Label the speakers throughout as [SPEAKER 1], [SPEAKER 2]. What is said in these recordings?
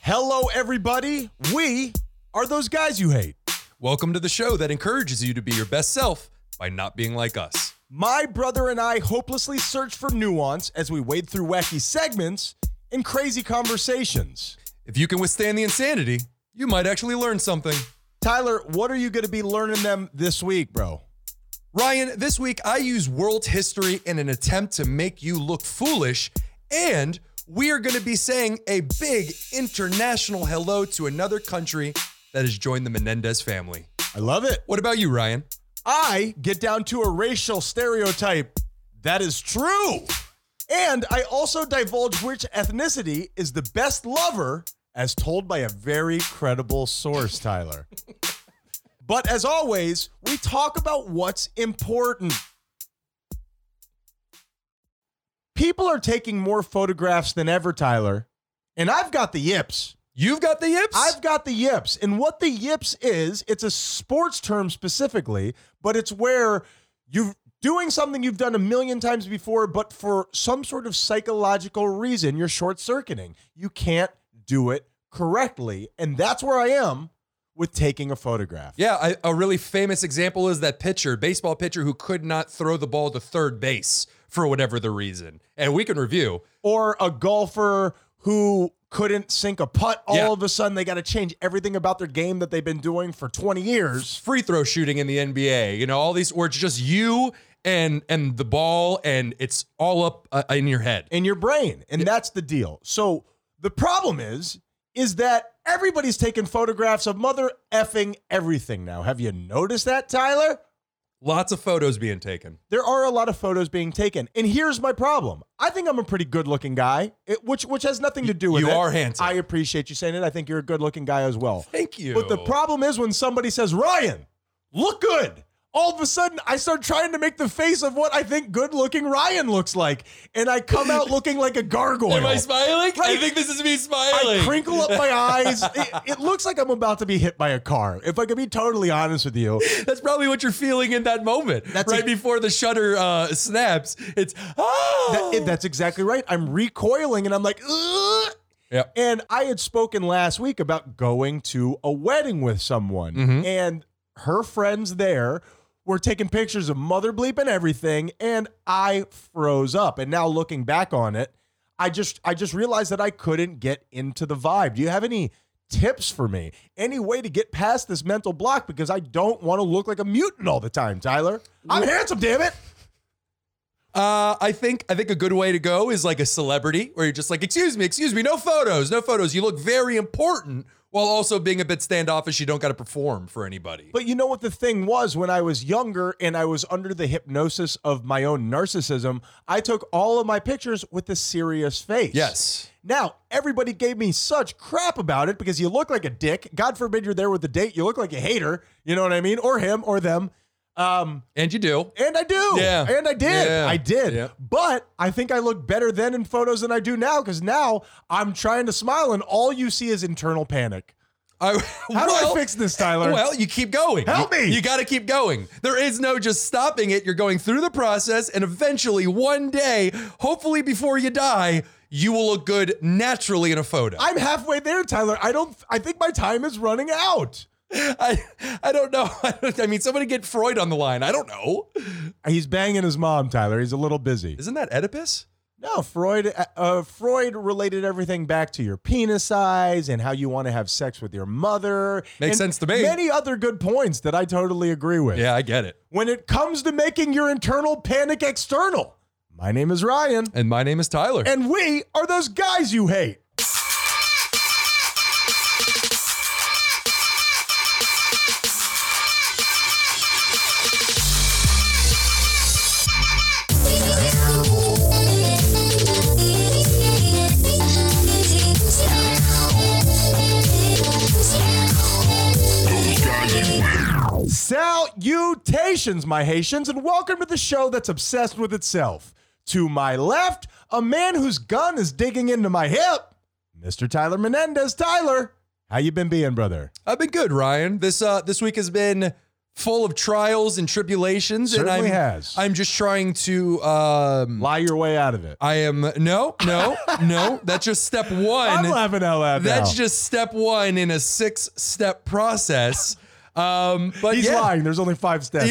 [SPEAKER 1] Hello, everybody. We are those guys you hate.
[SPEAKER 2] Welcome to the show that encourages you to be your best self by not being like us.
[SPEAKER 1] My brother and I hopelessly search for nuance as we wade through wacky segments and crazy conversations.
[SPEAKER 2] If you can withstand the insanity, you might actually learn something.
[SPEAKER 1] Tyler, what are you going to be learning them this week, bro?
[SPEAKER 2] Ryan, this week I use world history in an attempt to make you look foolish, and we are going to be saying a big international hello to another country that has joined the Menendez family.
[SPEAKER 1] I love it.
[SPEAKER 2] What about you, Ryan?
[SPEAKER 1] I get down to a racial stereotype that is true. And I also divulge which ethnicity is the best lover as told by a very credible source, Tyler. but as always, we talk about what's important. People are taking more photographs than ever, Tyler. And I've got the yips.
[SPEAKER 2] You've got the yips?
[SPEAKER 1] I've got the yips. And what the yips is, it's a sports term specifically, but it's where you're doing something you've done a million times before, but for some sort of psychological reason, you're short circuiting. You can't do it correctly. And that's where I am with taking a photograph.
[SPEAKER 2] yeah, I, a really famous example is that pitcher, baseball pitcher, who could not throw the ball to third base for whatever the reason. And we can review.
[SPEAKER 1] Or a golfer who couldn't sink a putt all
[SPEAKER 2] Yeah.
[SPEAKER 1] of a sudden they got to change everything about their game that they've been doing for 20 years
[SPEAKER 2] free throw shooting in the NBA. You know, all these, or it's just you and and the ball, and it's all up uh, in your head.
[SPEAKER 1] in your brain and that's the deal so the problem is is that everybody's taking photographs of mother effing everything now have you noticed that tyler
[SPEAKER 2] Lots of photos being taken.
[SPEAKER 1] there are a lot of photos being taken. And here's my problem. I think I'm a pretty good looking guy, it- which which has nothing to do with
[SPEAKER 2] You
[SPEAKER 1] it.
[SPEAKER 2] are handsome.
[SPEAKER 1] I appreciate you saying it. I think you're a good looking guy as well.
[SPEAKER 2] Thank you.
[SPEAKER 1] But the problem is when somebody says, Ryan, look good. All of a sudden, I start trying to make the face of what I think good looking Ryan looks like. And I come out looking like a gargoyle.
[SPEAKER 2] Am I smiling? I
[SPEAKER 1] Right.
[SPEAKER 2] think this is me smiling.
[SPEAKER 1] I crinkle up my eyes. It, it looks like I'm about to be hit by a car. If I could be totally honest with you,
[SPEAKER 2] That's probably what you're feeling in that moment,
[SPEAKER 1] That's
[SPEAKER 2] right
[SPEAKER 1] a-
[SPEAKER 2] before the shutter uh, snaps. It's oh,
[SPEAKER 1] That- it- that's exactly right. I'm recoiling and I'm like, Ugh!
[SPEAKER 2] Yep.
[SPEAKER 1] And I had spoken last week about going to a wedding with someone,
[SPEAKER 2] Mhm.
[SPEAKER 1] and her friends there were taking pictures of mother bleep and everything, and I froze up. And now looking back on it, I just I just realized that I couldn't get into the vibe. Do you have any tips for me? Any way to get past this mental block because I don't want to look like a mutant all the time, Tyler. I'm handsome, damn it.
[SPEAKER 2] Uh, I think I think a good way to go is like a celebrity, where you're just like, "Excuse me, excuse me, no photos, no photos." You look very important while also being a bit standoffish. You don't got to perform for anybody.
[SPEAKER 1] But you know what the thing was when I was younger and I was under the hypnosis of my own narcissism, I took all of my pictures with a serious face.
[SPEAKER 2] yes,
[SPEAKER 1] Now, everybody gave me such crap about it because you look like a dick. God forbid you're there with a date. You look like a hater. You know what I mean? Or him or them. Um,
[SPEAKER 2] and you do.
[SPEAKER 1] and I do.
[SPEAKER 2] Yeah.
[SPEAKER 1] And I did.
[SPEAKER 2] Yeah.
[SPEAKER 1] I did.
[SPEAKER 2] Yeah.
[SPEAKER 1] But I think I look better then in photos than I do now because now I'm trying to smile and all you see is internal panic.
[SPEAKER 2] I,
[SPEAKER 1] How do
[SPEAKER 2] well-
[SPEAKER 1] I fix this, Tyler?
[SPEAKER 2] Well, you keep going.
[SPEAKER 1] Help
[SPEAKER 2] You-
[SPEAKER 1] me.
[SPEAKER 2] You got to keep going. There is no just stopping it. You're going through the process, and eventually, one day, hopefully before you die, you will look good naturally in a photo.
[SPEAKER 1] I'm halfway there, Tyler. I don't. I think my time is running out.
[SPEAKER 2] I, I don't know. I, don't, I mean, somebody get Freud on the line. I don't know.
[SPEAKER 1] He's banging his mom, Tyler. He's a little busy.
[SPEAKER 2] Isn't that Oedipus?
[SPEAKER 1] No, Freud. Uh, Freud related everything back to your penis size and how you want to have sex with your mother.
[SPEAKER 2] Makes
[SPEAKER 1] and
[SPEAKER 2] sense to me.
[SPEAKER 1] Many other good points that I totally agree with.
[SPEAKER 2] Yeah, I get it.
[SPEAKER 1] When it comes to making your internal panic external, my name is Ryan,
[SPEAKER 2] And my name is Tyler.
[SPEAKER 1] and we are those guys you hate. Salutations, my Haitians, and welcome to the show that's obsessed with itself. To my left, a man whose gun is digging into my hip, Mr. Tyler Menendez. Tyler, how you been being, brother?
[SPEAKER 2] I've been good, Ryan. This uh this week has been full of trials and tribulations, and
[SPEAKER 1] Certainly
[SPEAKER 2] I'm
[SPEAKER 1] has.
[SPEAKER 2] I'm just trying to. Um,
[SPEAKER 1] Lie your way out of it.
[SPEAKER 2] I am no, no, no. That's just step one.
[SPEAKER 1] I'm laughing out loud.
[SPEAKER 2] That's
[SPEAKER 1] now.
[SPEAKER 2] just step one in a six-step process. Um, but
[SPEAKER 1] He's
[SPEAKER 2] yeah.
[SPEAKER 1] lying. There's only five steps.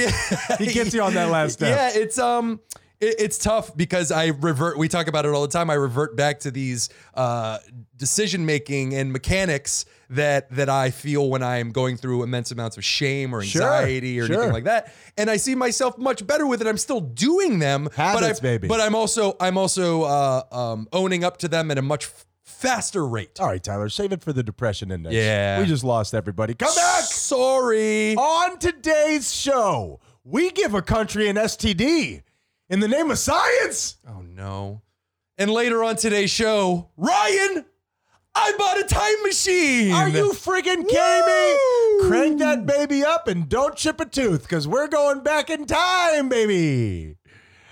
[SPEAKER 1] He gets you on that last step.
[SPEAKER 2] Yeah, it's um, it, it's tough because I revert. We talk about it all the time. I revert back to these uh, decision making and mechanics that that I feel when I am going through immense amounts of shame or
[SPEAKER 1] Sure,
[SPEAKER 2] anxiety or
[SPEAKER 1] sure.
[SPEAKER 2] anything like that. And I see myself much better with it. I'm still doing them, but I,
[SPEAKER 1] Habits, baby.
[SPEAKER 2] But I'm also I'm also uh, um, owning up to them at a much f- faster rate.
[SPEAKER 1] All right, Tyler, save it for the depression index.
[SPEAKER 2] Yeah.
[SPEAKER 1] We just lost everybody. Come back
[SPEAKER 2] Sorry.
[SPEAKER 1] on today's show. We give a country an STD in the name of science.
[SPEAKER 2] Oh no. And later on today's show, Ryan, I bought a time machine.
[SPEAKER 1] Are you friggin' kidding me? Crank that baby up and don't chip a tooth because we're going back in time, baby.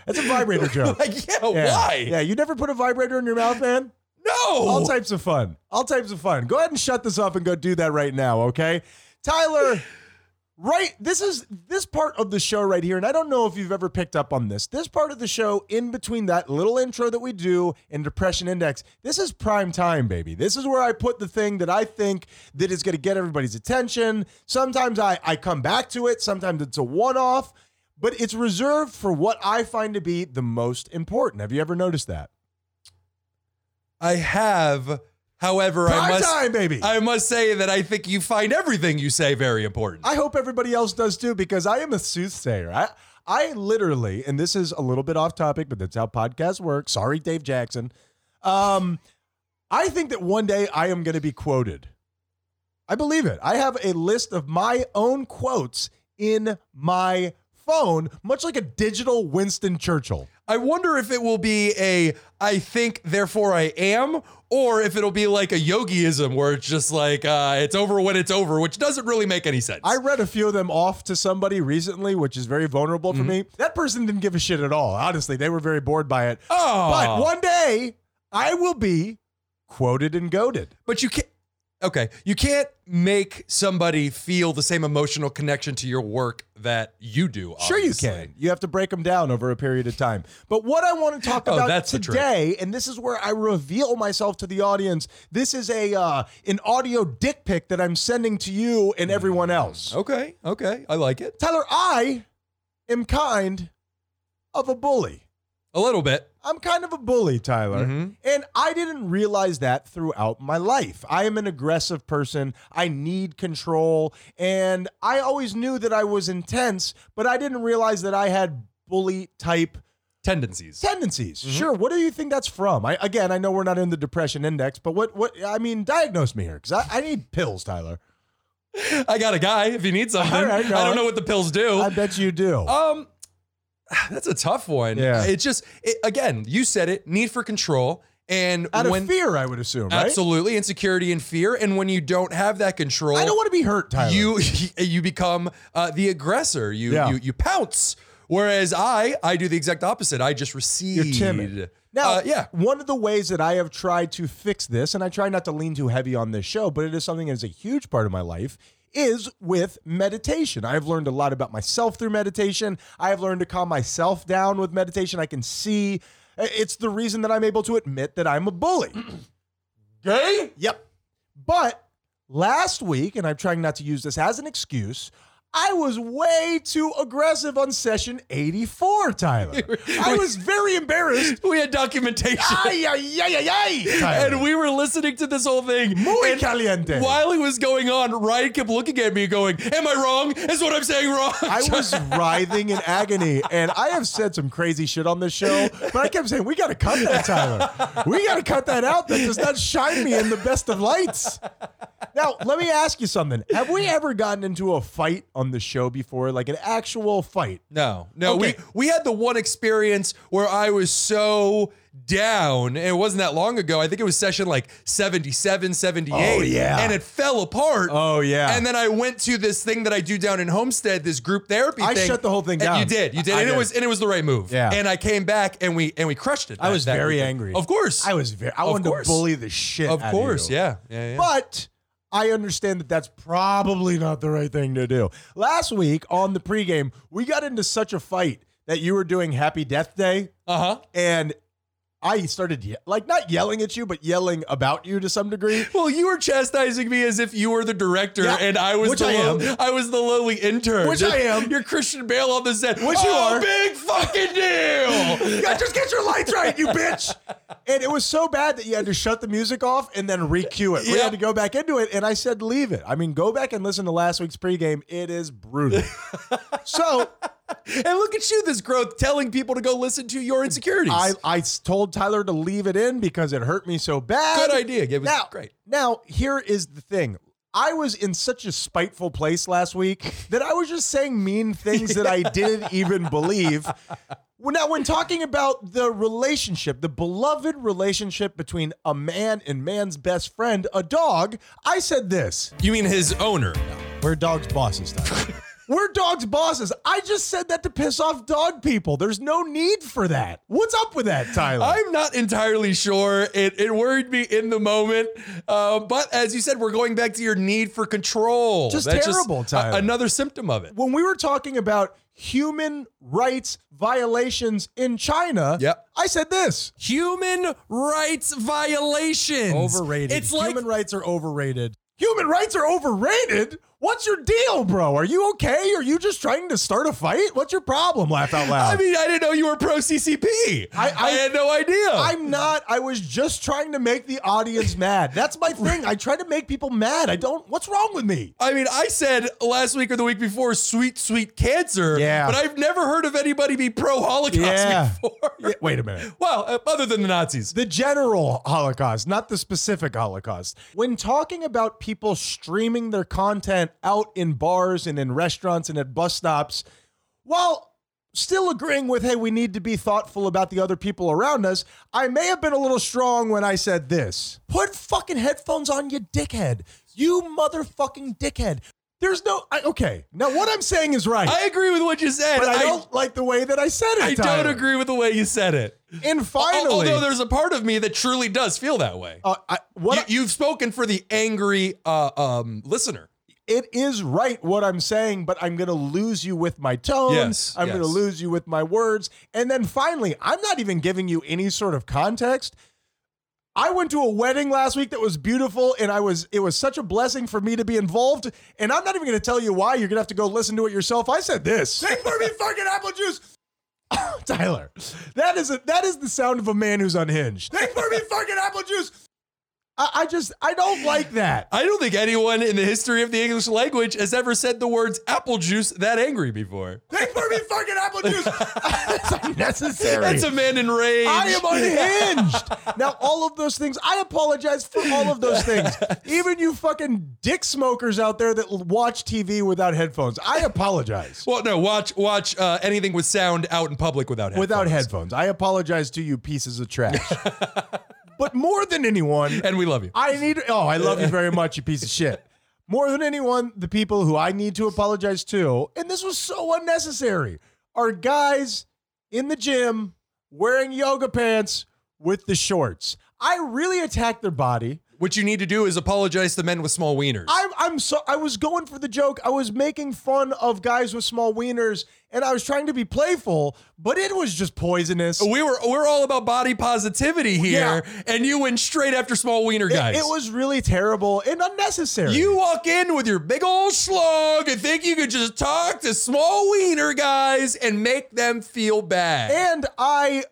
[SPEAKER 1] That's a vibrator joke.
[SPEAKER 2] like, yeah,
[SPEAKER 1] Yeah.
[SPEAKER 2] why?
[SPEAKER 1] Yeah, you never put a vibrator in your mouth, man?
[SPEAKER 2] No.
[SPEAKER 1] All types of fun. All types of fun. Go ahead and shut this off and go do that right now, okay? Tyler, right this is this part of the show right here and I don't know if you've ever picked up on this. This part of the show in between that little intro that we do and depression index, this is prime time, baby. This is where I put the thing that I think that is going to get everybody's attention. Sometimes I I come back to it, sometimes it's a one-off, but it's reserved for what I find to be the most important. Have you ever noticed that?
[SPEAKER 2] I have, however, I
[SPEAKER 1] Prime
[SPEAKER 2] must
[SPEAKER 1] time, baby.
[SPEAKER 2] I must say that I think you find everything you say very important.
[SPEAKER 1] I hope everybody else does too, because I am a soothsayer. I I literally, and this is a little bit off topic, but that's how podcasts work. Sorry, Dave Jackson. Um, I think that one day I am going to be quoted. I believe it. I have a list of my own quotes in my phone, much like a digital Winston Churchill.
[SPEAKER 2] I wonder if it will be a I think therefore I am or if it'll be like a yogiism where it's just like uh, it's over when it's over, which doesn't really make any sense.
[SPEAKER 1] I read a few of them off to somebody recently, which is very vulnerable for me. That person didn't give a shit at all. Honestly, they were very bored by it.
[SPEAKER 2] oh.
[SPEAKER 1] But one day I will be quoted and goaded.
[SPEAKER 2] But you can't. Okay, you can't make somebody feel the same emotional connection to your work that you do.
[SPEAKER 1] Sure, you
[SPEAKER 2] obviously.
[SPEAKER 1] can. You have to break them down over a period of time. But what I want to talk
[SPEAKER 2] Oh,
[SPEAKER 1] about
[SPEAKER 2] that's the trick.
[SPEAKER 1] today, and this is where I reveal myself to the audience. This is a uh, an audio dick pic that I'm sending to you and everyone else.
[SPEAKER 2] Okay, okay, I like it
[SPEAKER 1] Tyler, I am kind of a bully.
[SPEAKER 2] a little bit.
[SPEAKER 1] I'm kind of a bully, Tyler.
[SPEAKER 2] Mhm.
[SPEAKER 1] And I didn't realize that throughout my life. I am an aggressive person. I need control. And I always knew that I was intense, but I didn't realize that I had bully type
[SPEAKER 2] Tendencies.
[SPEAKER 1] tendencies. Sure. What do you think that's from? I, again, I know we're not in the depression index, but what, what, I mean, diagnose me here because I, I need pills, Tyler.
[SPEAKER 2] I got a guy. If you need something,
[SPEAKER 1] All right, go
[SPEAKER 2] I don't
[SPEAKER 1] on.
[SPEAKER 2] know what the pills do.
[SPEAKER 1] I bet you do.
[SPEAKER 2] um, that's a tough one.
[SPEAKER 1] Yeah.
[SPEAKER 2] It's just it, again, you said it. Need for control and
[SPEAKER 1] Out of
[SPEAKER 2] when
[SPEAKER 1] fear, I would assume, right?
[SPEAKER 2] absolutely insecurity and fear, and when you don't have that control,
[SPEAKER 1] I don't want to be hurt, Tyler.
[SPEAKER 2] you you become uh, the aggressor. You,
[SPEAKER 1] Yeah.
[SPEAKER 2] you you pounce. Whereas I I do the exact opposite. I just recede.
[SPEAKER 1] You're timid. Now,
[SPEAKER 2] Now, uh, yeah,
[SPEAKER 1] one of the ways that I have tried to fix this, and I try not to lean too heavy on this show, but it is something that is a huge part of my life, is with meditation. I've learned a lot about myself through meditation. I have learned to calm myself down with meditation. I can see uh, it's the reason that I'm able to admit that I'm a bully.
[SPEAKER 2] gay.
[SPEAKER 1] Yep. But last week, and I'm trying not to use this as an excuse, I was way too aggressive on session 84, Tyler. I was very embarrassed.
[SPEAKER 2] We had documentation,
[SPEAKER 1] Ay, ay, ay, ay, ay. Tyler.
[SPEAKER 2] and we were listening to this whole thing.
[SPEAKER 1] Muy
[SPEAKER 2] and
[SPEAKER 1] caliente.
[SPEAKER 2] While it was going on, Ryan kept looking at me, going, "Am I wrong? Is what I'm saying wrong?"
[SPEAKER 1] I was writhing in agony, and I have said some crazy shit on this show, but I kept saying, We got to cut that, Tyler. We got to cut that out. That does not shine me in the best of lights. Now, let me ask you something. Have we ever gotten into a fight on the show before? Like an actual fight?
[SPEAKER 2] No, no,
[SPEAKER 1] Okay.
[SPEAKER 2] we we had the one experience where I was so down, and it wasn't that long ago. I think it was session like 77, 78.
[SPEAKER 1] Oh, yeah.
[SPEAKER 2] And it fell apart.
[SPEAKER 1] Oh, yeah.
[SPEAKER 2] And then I went to this thing that I do down in Homestead, this group therapy
[SPEAKER 1] I
[SPEAKER 2] thing.
[SPEAKER 1] shut the whole thing
[SPEAKER 2] And
[SPEAKER 1] down.
[SPEAKER 2] You did, you did.
[SPEAKER 1] I
[SPEAKER 2] and
[SPEAKER 1] did.
[SPEAKER 2] it was and it was the right move.
[SPEAKER 1] Yeah.
[SPEAKER 2] And I came back and we and we crushed it.
[SPEAKER 1] I
[SPEAKER 2] that-
[SPEAKER 1] was
[SPEAKER 2] that
[SPEAKER 1] very
[SPEAKER 2] weekend.
[SPEAKER 1] angry.
[SPEAKER 2] Of course.
[SPEAKER 1] I was very, I
[SPEAKER 2] Of
[SPEAKER 1] wanted
[SPEAKER 2] course.
[SPEAKER 1] to bully the shit
[SPEAKER 2] of
[SPEAKER 1] out
[SPEAKER 2] course,
[SPEAKER 1] you.
[SPEAKER 2] yeah. Yeah, yeah.
[SPEAKER 1] But I understand that that's probably not the right thing to do. Last week on the pregame, we got into such a fight that you were doing Happy Death Day,
[SPEAKER 2] Uh huh.
[SPEAKER 1] and I started ye- like not yelling at you, but yelling about you to some degree.
[SPEAKER 2] Well, you were chastising me as if you were the director
[SPEAKER 1] Yeah,
[SPEAKER 2] and I was
[SPEAKER 1] which
[SPEAKER 2] the
[SPEAKER 1] I
[SPEAKER 2] lo-
[SPEAKER 1] am.
[SPEAKER 2] I was the lowly intern.
[SPEAKER 1] Which I am.
[SPEAKER 2] You're Christian Bale on the set.
[SPEAKER 1] Which you
[SPEAKER 2] Oh,
[SPEAKER 1] are.
[SPEAKER 2] Big fucking deal.
[SPEAKER 1] Yeah, just get your lights right, you bitch. And it was so bad that you had to shut the music off and then re-cue it. We
[SPEAKER 2] Yeah.
[SPEAKER 1] had to go back into it, and I said, leave it. I mean, go back and listen to last week's pregame. It is brutal. so
[SPEAKER 2] and look at you, this growth, telling people to go listen to your insecurities.
[SPEAKER 1] I, I told Tyler to leave it in because it hurt me so bad.
[SPEAKER 2] Good idea. Gabe. It was
[SPEAKER 1] Now,
[SPEAKER 2] great.
[SPEAKER 1] now here is the thing. I was in such a spiteful place last week that I was just saying mean things that I didn't even believe. Well, Now, when talking about the relationship, the beloved relationship between a man and man's best friend, a dog, I said this.
[SPEAKER 2] You mean his owner?
[SPEAKER 1] We're dogs' bosses, Tyler. We're dogs' bosses. I just said that to piss off dog people. There's no need for that. What's up with that, Tyler?
[SPEAKER 2] I'm not entirely sure. It, it worried me in the moment. Uh, but as you said, we're going back to your need for control.
[SPEAKER 1] Just
[SPEAKER 2] That's
[SPEAKER 1] terrible,
[SPEAKER 2] a-
[SPEAKER 1] Tyler.
[SPEAKER 2] another symptom of it.
[SPEAKER 1] when we were talking about human rights violations in China,
[SPEAKER 2] Yep.
[SPEAKER 1] I said this.
[SPEAKER 2] Human rights violations. It's like
[SPEAKER 1] human rights are overrated. Human rights are overrated? What's your deal, bro? Are you okay? Are you just trying to start a fight? What's your problem? Laugh out loud.
[SPEAKER 2] I mean, I didn't know you were pro CCP. I,
[SPEAKER 1] I-
[SPEAKER 2] had no idea.
[SPEAKER 1] I'm not. I was just trying to make the audience mad. That's my thing. I try to make people mad. I don't. What's wrong with me?
[SPEAKER 2] I mean, I said last week or the week before, sweet, sweet cancer.
[SPEAKER 1] Yeah.
[SPEAKER 2] But I've never heard of anybody be pro Holocaust
[SPEAKER 1] Yeah.
[SPEAKER 2] before.
[SPEAKER 1] Wait a minute.
[SPEAKER 2] Well, uh, other than the Nazis.
[SPEAKER 1] The general Holocaust, not the specific Holocaust. When talking about people streaming their content out in bars and in restaurants and at bus stops, while still agreeing with, hey, we need to be thoughtful about the other people around us, I may have been a little strong when I said this. Put fucking headphones on, you dickhead. You motherfucking dickhead. There's no, I, okay. Now, what I'm saying is right,
[SPEAKER 2] I agree with what you said.
[SPEAKER 1] but I, don't like the way that I said it.
[SPEAKER 2] I don't
[SPEAKER 1] Tyler.
[SPEAKER 2] agree with the way you said it.
[SPEAKER 1] And finally,
[SPEAKER 2] Although there's a part of me that truly does feel that way.
[SPEAKER 1] uh, I, what
[SPEAKER 2] you, have spoken for the angry uh, um, listener.
[SPEAKER 1] it is right what I'm saying, but I'm going to lose you with my tone.
[SPEAKER 2] Yes,
[SPEAKER 1] I'm going to
[SPEAKER 2] yes.
[SPEAKER 1] lose you with my words. And then finally, I'm not even giving you any sort of context. I went to a wedding last week that was beautiful and I was it was such a blessing for me to be involved and I'm not even going to tell you why you're going to have to go listen to it yourself. I said this. Sing for me fucking apple juice. Tyler. That is a, that is the sound of a man who's unhinged. Sing for me fucking apple juice. I, I just I don't like that.
[SPEAKER 2] I don't think anyone in the history of the English language has ever said the words apple juice that angry before.
[SPEAKER 1] They pour me fucking apple juice. That's unnecessary.
[SPEAKER 2] That's a man enraged.
[SPEAKER 1] I am unhinged. now, all of those things, I apologize for all of those things. Even you fucking dick smokers out there that watch TV without headphones, I apologize.
[SPEAKER 2] Well, no, watch watch uh, anything with sound out in public without headphones.
[SPEAKER 1] Without headphones, I apologize to you pieces of trash. but more than anyone,
[SPEAKER 2] And we love you.
[SPEAKER 1] I need. Oh, I love you very much, you piece of shit. More than anyone, the people who I need to apologize to, and this was so unnecessary, are guys in the gym wearing yoga pants with the shorts. I really attacked their body.
[SPEAKER 2] What you need to do is apologize to men with small wieners.
[SPEAKER 1] I'm, I'm so I was going for the joke. I was making fun of guys with small wieners, and I was trying to be playful, but it was just poisonous.
[SPEAKER 2] we were we're all about body positivity here, and you went straight after small wiener guys.
[SPEAKER 1] It was really terrible and unnecessary.
[SPEAKER 2] You walk in with your big old slug and think you could just talk to small wiener guys and make them feel bad.
[SPEAKER 1] And I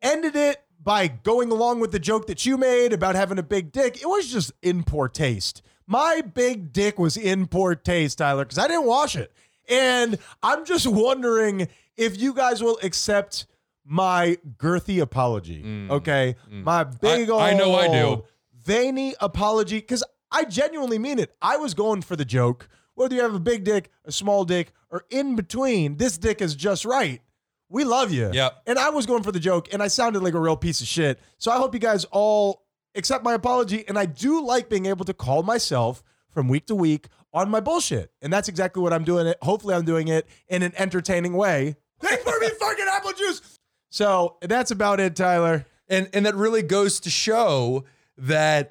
[SPEAKER 1] ended it by going along with the joke that you made about having a big dick. It was just in poor taste. My big dick was in poor taste, Tyler, because I didn't wash it. And I'm just wondering if you guys will accept my girthy apology. okay. My big old
[SPEAKER 2] Mm. I- I know I do.
[SPEAKER 1] veiny apology. Cause I genuinely mean it. I was going for the joke. Whether you have a big dick, a small dick, or in between, this dick is just right. We love you.
[SPEAKER 2] Yep.
[SPEAKER 1] And I was going for the joke, and I sounded like a real piece of shit. So I hope you guys all accept my apology. And I do like being able to call myself from week to week on my bullshit. And that's exactly what I'm doing. It. Hopefully, I'm doing it in an entertaining way. They pour me fucking apple juice. So that's about it, Tyler.
[SPEAKER 2] And and that really goes to show that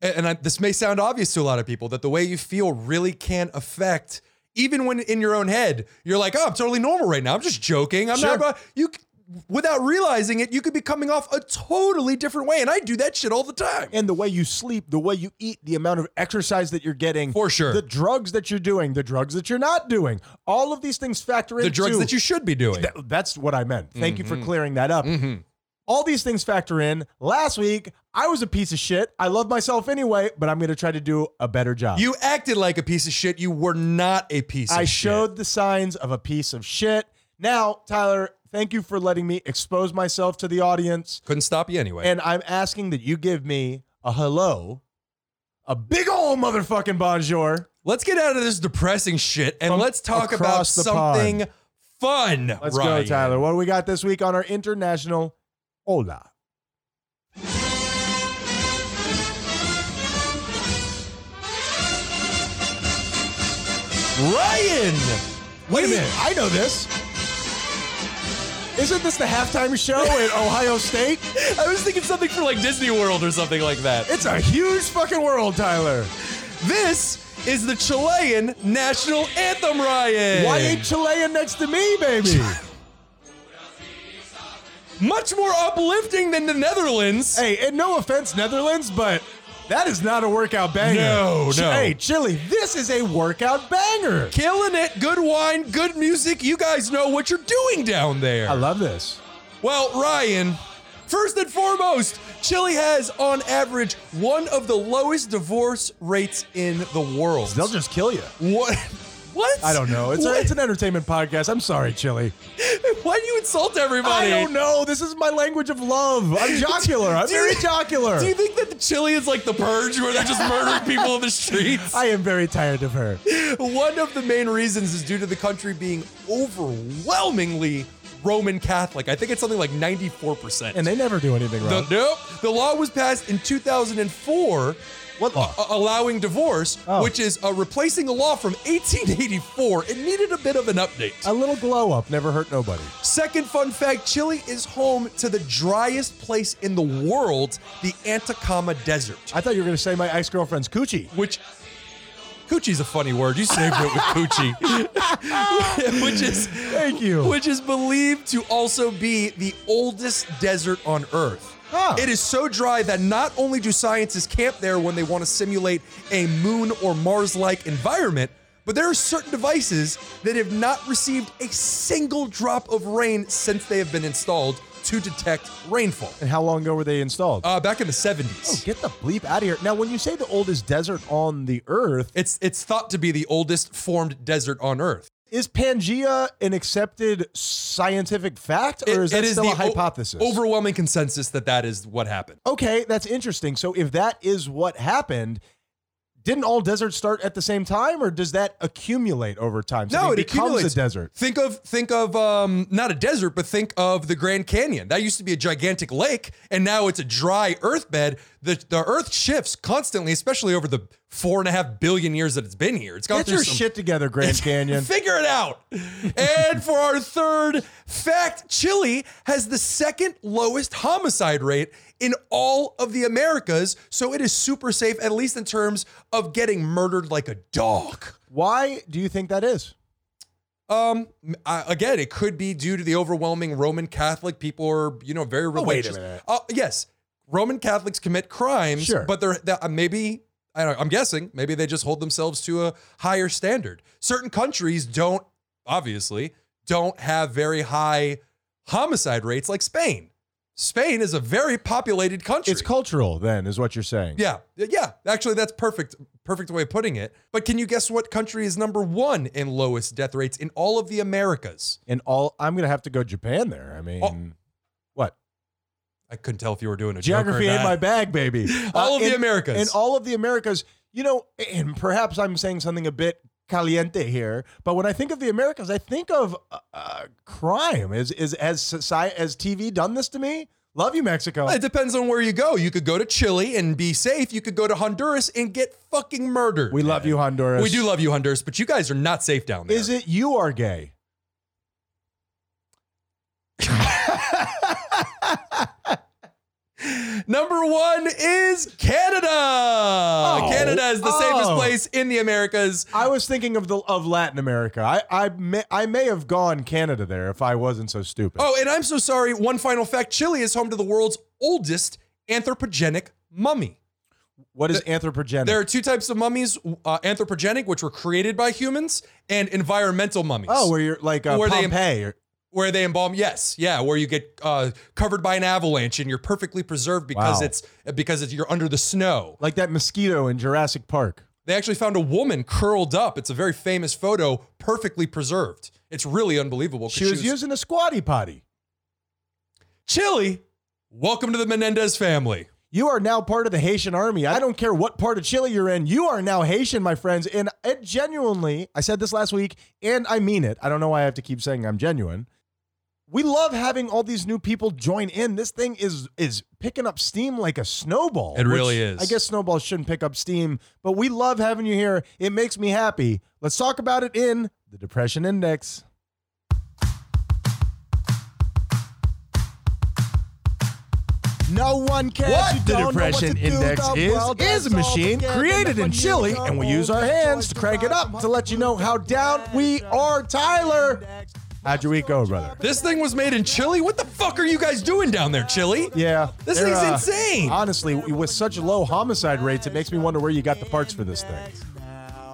[SPEAKER 2] and and I, this may sound obvious to a lot of people that the way you feel really can affect even when in your own head you're like oh i'm totally normal right now i'm just joking i'm
[SPEAKER 1] Sure.
[SPEAKER 2] not about you c- without realizing it you could be coming off a totally different way and i do that shit all the time
[SPEAKER 1] and the way you sleep, the way you eat, the amount of exercise that you're getting,
[SPEAKER 2] For sure.
[SPEAKER 1] the drugs that you're doing, the drugs that you're not doing, all of these things factor
[SPEAKER 2] the
[SPEAKER 1] into
[SPEAKER 2] drugs that you Mm-hmm. should be doing
[SPEAKER 1] Th- that's what I meant. Thank you for clearing that up. All these things factor in. Last week, I was a piece of shit. I love myself anyway, but I'm going to try to do a better job.
[SPEAKER 2] you acted like a piece of shit you were not a piece of
[SPEAKER 1] I
[SPEAKER 2] shit
[SPEAKER 1] showed the signs of a piece of shit. Now, Tyler, thank you for letting me expose myself to the audience.
[SPEAKER 2] couldn't stop you anyway
[SPEAKER 1] And I'm asking that you give me a hello, a big ol' motherfucking bonjour.
[SPEAKER 2] Let's get out of this depressing shit and
[SPEAKER 1] From
[SPEAKER 2] let's talk about
[SPEAKER 1] across the
[SPEAKER 2] something fun.
[SPEAKER 1] Let's
[SPEAKER 2] Ryan.
[SPEAKER 1] go, Tyler. What do we got this week on our international Hola?
[SPEAKER 2] Ryan, wait a
[SPEAKER 1] Wait,
[SPEAKER 2] minute.
[SPEAKER 1] I know this. Isn't this the halftime show at Ohio State?
[SPEAKER 2] I was thinking something for like Disney World or something like that.
[SPEAKER 1] It's a huge fucking world, Tyler.
[SPEAKER 2] This is the Chilean national anthem, Ryan.
[SPEAKER 1] Why ain't Chilean next to me, baby?
[SPEAKER 2] much more uplifting than the Netherlands?
[SPEAKER 1] hey, and no offense, Netherlands, but that is not a workout banger.
[SPEAKER 2] No,
[SPEAKER 1] Ch-
[SPEAKER 2] no.
[SPEAKER 1] Hey, Chile, this is a workout banger.
[SPEAKER 2] Killing it. Good wine, good music. You guys know what you're doing down there.
[SPEAKER 1] I love this.
[SPEAKER 2] Well, Ryan, first and foremost, Chile has, on average, one of the lowest divorce rates in the world.
[SPEAKER 1] They'll just kill you.
[SPEAKER 2] what? What?
[SPEAKER 1] I don't know. It's, a,
[SPEAKER 2] Why-
[SPEAKER 1] it's an entertainment podcast. I'm sorry, Chile.
[SPEAKER 2] Why do you insult everybody?
[SPEAKER 1] I don't know. This is my language of love. I'm jocular. I'm
[SPEAKER 2] Do you-
[SPEAKER 1] very jocular.
[SPEAKER 2] Do you think that the Chile is like the purge where they're just murdering people in the streets?
[SPEAKER 1] I am very tired of her.
[SPEAKER 2] One of the main reasons is due to the country being overwhelmingly Roman Catholic. I think it's something like 94%.
[SPEAKER 1] And they never do anything wrong.
[SPEAKER 2] The, nope. The law was passed in 2004
[SPEAKER 1] what law?
[SPEAKER 2] a- allowing divorce,
[SPEAKER 1] Oh.
[SPEAKER 2] which is uh, replacing a law from 1884. It needed a bit of an update.
[SPEAKER 1] A little glow up never hurt nobody.
[SPEAKER 2] Second fun fact Chile is home to the driest place in the world, the Atacama Desert,
[SPEAKER 1] I thought you were going to say my ex girlfriend's coochie.
[SPEAKER 2] which. Coochie's a funny word. You saved it with coochie. which is
[SPEAKER 1] Thank you.
[SPEAKER 2] Which is believed to also be the oldest desert on Earth.
[SPEAKER 1] Huh.
[SPEAKER 2] It is so dry that not only do scientists camp there when they want to simulate a moon or Mars like environment, but there are certain devices that have not received a single drop of rain since they have been installed to detect rainfall.
[SPEAKER 1] And how long ago were they installed? Oh,
[SPEAKER 2] Uh, back in the 70s.
[SPEAKER 1] Get the bleep out of here. Now, when you say the oldest desert on the earth,
[SPEAKER 2] It's, it's thought to be the oldest formed desert on Earth.
[SPEAKER 1] is Pangea an accepted scientific fact or is that still a
[SPEAKER 2] the o-
[SPEAKER 1] hypothesis?
[SPEAKER 2] overwhelming consensus that that is what happened.
[SPEAKER 1] okay, that's interesting. So, if that is what happened, didn't all deserts start at the same time or does that accumulate over time?
[SPEAKER 2] No,
[SPEAKER 1] Something
[SPEAKER 2] it
[SPEAKER 1] becomes
[SPEAKER 2] accumulates.
[SPEAKER 1] a desert.
[SPEAKER 2] Think of think of um not a desert, but think of the Grand Canyon. That used to be a gigantic lake, and now it's a dry earth bed. The the earth shifts constantly, especially over the four and a half billion years that it's been here. It's gone
[SPEAKER 1] Get
[SPEAKER 2] through
[SPEAKER 1] your
[SPEAKER 2] some
[SPEAKER 1] shit together, Grand Canyon.
[SPEAKER 2] Figure it out. And for our third fact, Chile has the second lowest homicide rate in all of the Americas. So it is super safe, at least in terms of getting murdered like a dog.
[SPEAKER 1] Why do you think that is?
[SPEAKER 2] Um, I, again, it could be due to the overwhelming Roman Catholic people are, you know, very
[SPEAKER 1] Oh, wait a
[SPEAKER 2] religious.
[SPEAKER 1] minute.
[SPEAKER 2] Uh, yes, Roman Catholics commit crimes,
[SPEAKER 1] Sure.
[SPEAKER 2] but they're, they uh, maybe I don't know, I'm guessing maybe they just hold themselves to a higher standard. Certain countries don't, obviously, don't have very high homicide rates like Spain. Spain is a very populated country.
[SPEAKER 1] It's cultural, then, is what you're saying.
[SPEAKER 2] Yeah, yeah. Actually, that's perfect. Perfect way of putting it. But can you guess what country is number one in lowest death rates in all of the Americas?
[SPEAKER 1] And all I'm gonna have to go Japan there.
[SPEAKER 2] Oh,
[SPEAKER 1] I mean, what
[SPEAKER 2] I couldn't tell if you were doing a
[SPEAKER 1] geography
[SPEAKER 2] joke
[SPEAKER 1] ain't
[SPEAKER 2] or
[SPEAKER 1] my
[SPEAKER 2] not.
[SPEAKER 1] bag, baby. Uh,
[SPEAKER 2] All of the
[SPEAKER 1] in-
[SPEAKER 2] Americas.
[SPEAKER 1] In all of the Americas, you know, and perhaps I'm saying something a bit caliente here, but when I think of the Americas, I think of uh, uh, crime. Is is as society as TV done this to me? Love you, Mexico.
[SPEAKER 2] It depends on where you go. You could go to Chile and be safe. You could go to Honduras and get fucking murdered.
[SPEAKER 1] We love you, Honduras.
[SPEAKER 2] We do love you, Honduras, but you guys are not safe down there.
[SPEAKER 1] Is it you are gay?
[SPEAKER 2] Number one is Canada. Canada is the safest
[SPEAKER 1] oh.
[SPEAKER 2] place in the Americas.
[SPEAKER 1] I was thinking of the of Latin America. I I may, I may have gone Canada there if I wasn't so stupid.
[SPEAKER 2] Oh, and I'm so sorry. One final fact Chile is home to the world's oldest anthropogenic mummy.
[SPEAKER 1] what is anthropogenic?
[SPEAKER 2] There are two types of mummies uh, anthropogenic, which were created by humans, and environmental mummies.
[SPEAKER 1] oh, where you're like uh,
[SPEAKER 2] Where they-
[SPEAKER 1] Pompeii. or-
[SPEAKER 2] where they embalm yes yeah where you get uh, covered by an avalanche and you're perfectly preserved because
[SPEAKER 1] Wow.
[SPEAKER 2] it's because it's, you're under the snow
[SPEAKER 1] like that mosquito in Jurassic Park.
[SPEAKER 2] they actually found a woman curled up it's a very famous photo perfectly preserved it's really unbelievable 'cause
[SPEAKER 1] She was using a squatty potty.
[SPEAKER 2] chilly welcome to the menendez family
[SPEAKER 1] You are now part of the Haitian army. I don't care what part of Chile you're in. You are now Haitian, my friends. And it genuinely, I said this last week, and I mean it. I don't know why I have to keep saying I'm genuine. We love having all these new people join in. This thing is is picking up steam like a snowball.
[SPEAKER 2] It
[SPEAKER 1] which
[SPEAKER 2] really is.
[SPEAKER 1] I guess snowballs shouldn't pick up steam, but we love having you here. It makes me happy. Let's talk about it in the Depression Index. No one cares.
[SPEAKER 2] What?
[SPEAKER 1] You
[SPEAKER 3] The
[SPEAKER 1] don't know
[SPEAKER 3] Depression
[SPEAKER 1] to do.
[SPEAKER 3] Index
[SPEAKER 1] The
[SPEAKER 3] is-
[SPEAKER 1] world
[SPEAKER 3] is a
[SPEAKER 1] all
[SPEAKER 3] machine
[SPEAKER 1] together.
[SPEAKER 3] created in
[SPEAKER 1] When you
[SPEAKER 3] Chile,
[SPEAKER 1] go
[SPEAKER 3] and we
[SPEAKER 1] home,
[SPEAKER 3] use our
[SPEAKER 1] the
[SPEAKER 3] hands
[SPEAKER 1] choice
[SPEAKER 3] to crank it up
[SPEAKER 1] to let you know how down we are, Tyler. How'd your week go, brother?
[SPEAKER 2] this thing was made in chile what the fuck are you guys doing down there chile
[SPEAKER 1] Yeah,
[SPEAKER 2] This
[SPEAKER 1] they're, uh,
[SPEAKER 2] thing's insane.
[SPEAKER 1] Honestly, with such low homicide rates, it makes me wonder where you got the parts for this thing.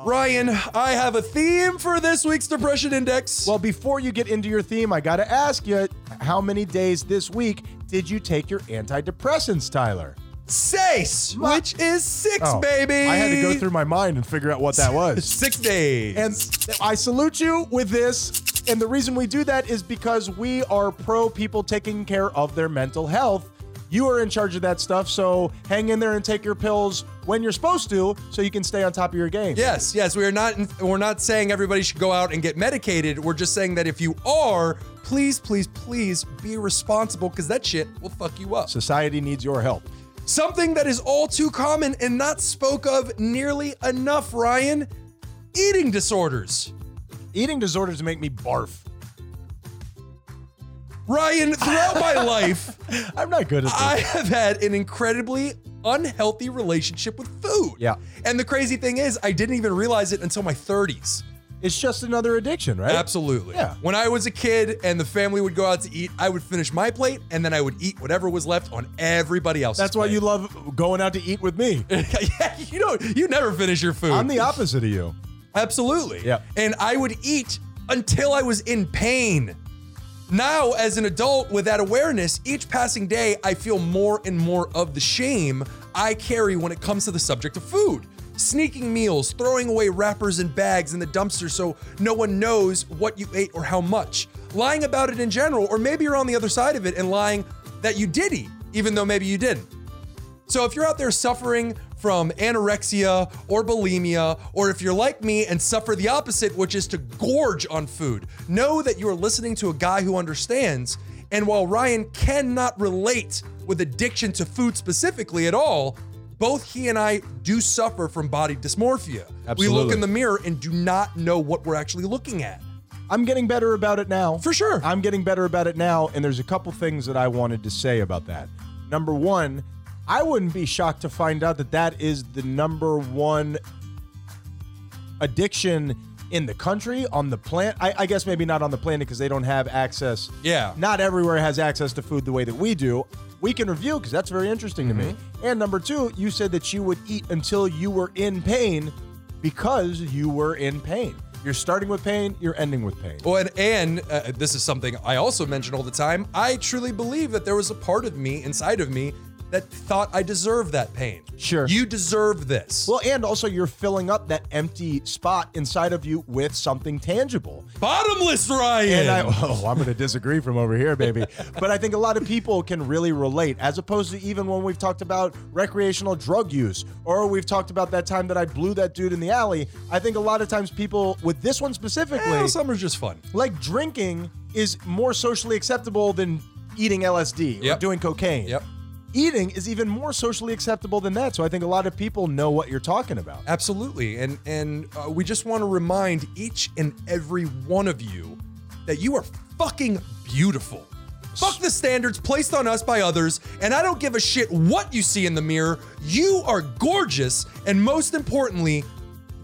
[SPEAKER 2] ryan i have a theme for this week's depression index
[SPEAKER 1] Well, before you get into your theme, I gotta ask you, how many days this week did you take your antidepressants, Tyler?
[SPEAKER 2] seis
[SPEAKER 1] Ma-
[SPEAKER 2] which is six,
[SPEAKER 1] Oh,
[SPEAKER 2] baby
[SPEAKER 1] I had to go through my mind and figure out what that was.
[SPEAKER 2] six days
[SPEAKER 1] And I salute you with this. And the reason we do that is because we are pro people taking care of their mental health. You are in charge of that stuff, so hang in there and take your pills when you're supposed to, so you can stay on top of your game.
[SPEAKER 2] Yes, yes, we are not. We're not saying everybody should go out and get medicated. We're just saying that if you are, please, please, please be responsible because that shit will fuck you up.
[SPEAKER 1] Society needs your help.
[SPEAKER 2] Something that is all too common and not spoke of nearly enough, Ryan. Eating disorders.
[SPEAKER 1] Eating disorders make me barf.
[SPEAKER 2] Ryan, throughout my life,
[SPEAKER 1] I'm not good at this.
[SPEAKER 2] I have had an incredibly unhealthy relationship with food.
[SPEAKER 1] Yeah.
[SPEAKER 2] And the crazy thing is, I didn't even realize it until my 30s.
[SPEAKER 1] it's just another addiction, right?
[SPEAKER 2] Absolutely.
[SPEAKER 1] Yeah.
[SPEAKER 2] When I was a kid and the family would go out to eat, I would finish my plate and then I would eat whatever was left on everybody else's.
[SPEAKER 1] That's why you love going out to eat with me.
[SPEAKER 2] plate. yeah, you don't. You never finish your food.
[SPEAKER 1] I'm the opposite of you.
[SPEAKER 2] Absolutely.
[SPEAKER 1] Yeah.
[SPEAKER 2] And I would eat until I was in pain. Now, as an adult with that awareness, each passing day, I feel more and more of the shame I carry when it comes to the subject of food. Sneaking meals, throwing away wrappers and bags in the dumpster so no one knows what you ate or how much, lying about it in general, or maybe you're on the other side of it and lying that you did eat, even though maybe you didn't. So if you're out there suffering from anorexia or bulimia, or if you're like me and suffer the opposite, which is to gorge on food, know that you are listening to a guy who understands. And while Ryan cannot relate with addiction to food specifically at all, both he and I do suffer from body dysmorphia. We look
[SPEAKER 1] Absolutely.
[SPEAKER 2] in the mirror and do not know what we're actually looking at.
[SPEAKER 1] I'm getting better about it now.
[SPEAKER 2] For sure.
[SPEAKER 1] I'm getting better about it now, and there's a couple things that I wanted to say about that. Number one, I wouldn't be shocked to find out that that is the number one addiction in the country, on the planet. I, I guess maybe not on the planet because they don't have access.
[SPEAKER 2] Yeah.
[SPEAKER 1] Not everywhere has access to food the way that we do. We can review because that's very interesting to me.
[SPEAKER 2] Mm-hmm.
[SPEAKER 1] And number two, you said that you would eat until you were in pain because you were in pain. You're starting with pain, you're ending with pain.
[SPEAKER 2] Well, and, and uh, this is something I also mention all the time. I truly believe that there was a part of me inside of me that thought I deserved that pain.
[SPEAKER 1] Sure.
[SPEAKER 2] You deserve this.
[SPEAKER 1] Well, and also you're filling up that empty spot inside of you with something tangible.
[SPEAKER 2] Bottomless
[SPEAKER 1] And
[SPEAKER 2] Ryan.
[SPEAKER 1] I, oh, I'm going to disagree from over here, baby. But I think a lot of people can really relate, as opposed to even when we've talked about recreational drug use or we've talked about that time that I blew that dude in the alley. I think a lot of times people, with this one specifically,
[SPEAKER 2] Well, summer's just fun.
[SPEAKER 1] like drinking is more socially acceptable than eating LSD or
[SPEAKER 2] Yep.
[SPEAKER 1] doing cocaine.
[SPEAKER 2] Yep.
[SPEAKER 1] Eating is even more socially acceptable than that. So I think a lot of people know what you're talking about.
[SPEAKER 2] Absolutely. And and uh, we just want to remind each and every one of you that you are fucking beautiful. Fuck the standards placed on us by others, and I don't give a shit what you see in the mirror. You are gorgeous, and most importantly,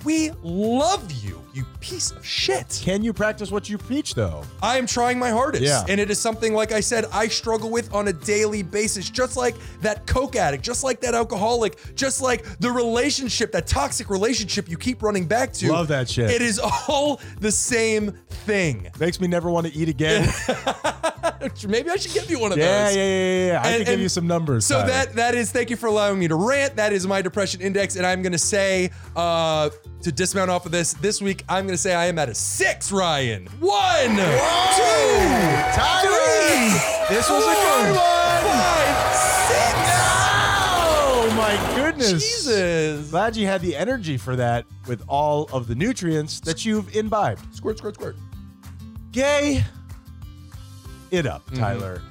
[SPEAKER 2] we love you, you piece of shit.
[SPEAKER 1] Can you practice what you preach, though?
[SPEAKER 2] I am trying my hardest.
[SPEAKER 1] Yeah.
[SPEAKER 2] And it is something, like I said, I struggle with on a daily basis, just like that coke addict, just like that alcoholic, just like the relationship, that toxic relationship you keep running back to.
[SPEAKER 1] Love that shit.
[SPEAKER 2] It is all the same thing.
[SPEAKER 1] Makes me never want to eat again.
[SPEAKER 2] Maybe I should give you one of
[SPEAKER 1] yeah, yeah,
[SPEAKER 2] those.
[SPEAKER 1] yeah, yeah, yeah. I
[SPEAKER 2] And-
[SPEAKER 1] can give
[SPEAKER 2] and
[SPEAKER 1] you some numbers.
[SPEAKER 2] So
[SPEAKER 1] Tyler.
[SPEAKER 2] that that is thank you for allowing me to rant. That is my depression index, and I'm gonna say uh, to dismount off of this this week. I'm gonna say I am at a six, Ryan. One, two,
[SPEAKER 1] Tyler!
[SPEAKER 2] three,
[SPEAKER 1] This was a good one.
[SPEAKER 2] five, six.
[SPEAKER 1] Oh my goodness.
[SPEAKER 2] Jesus.
[SPEAKER 1] Glad you had the energy for that with all of the nutrients that you've imbibed.
[SPEAKER 2] Squirt, squirt, squirt.
[SPEAKER 1] Gay it up, Tyler.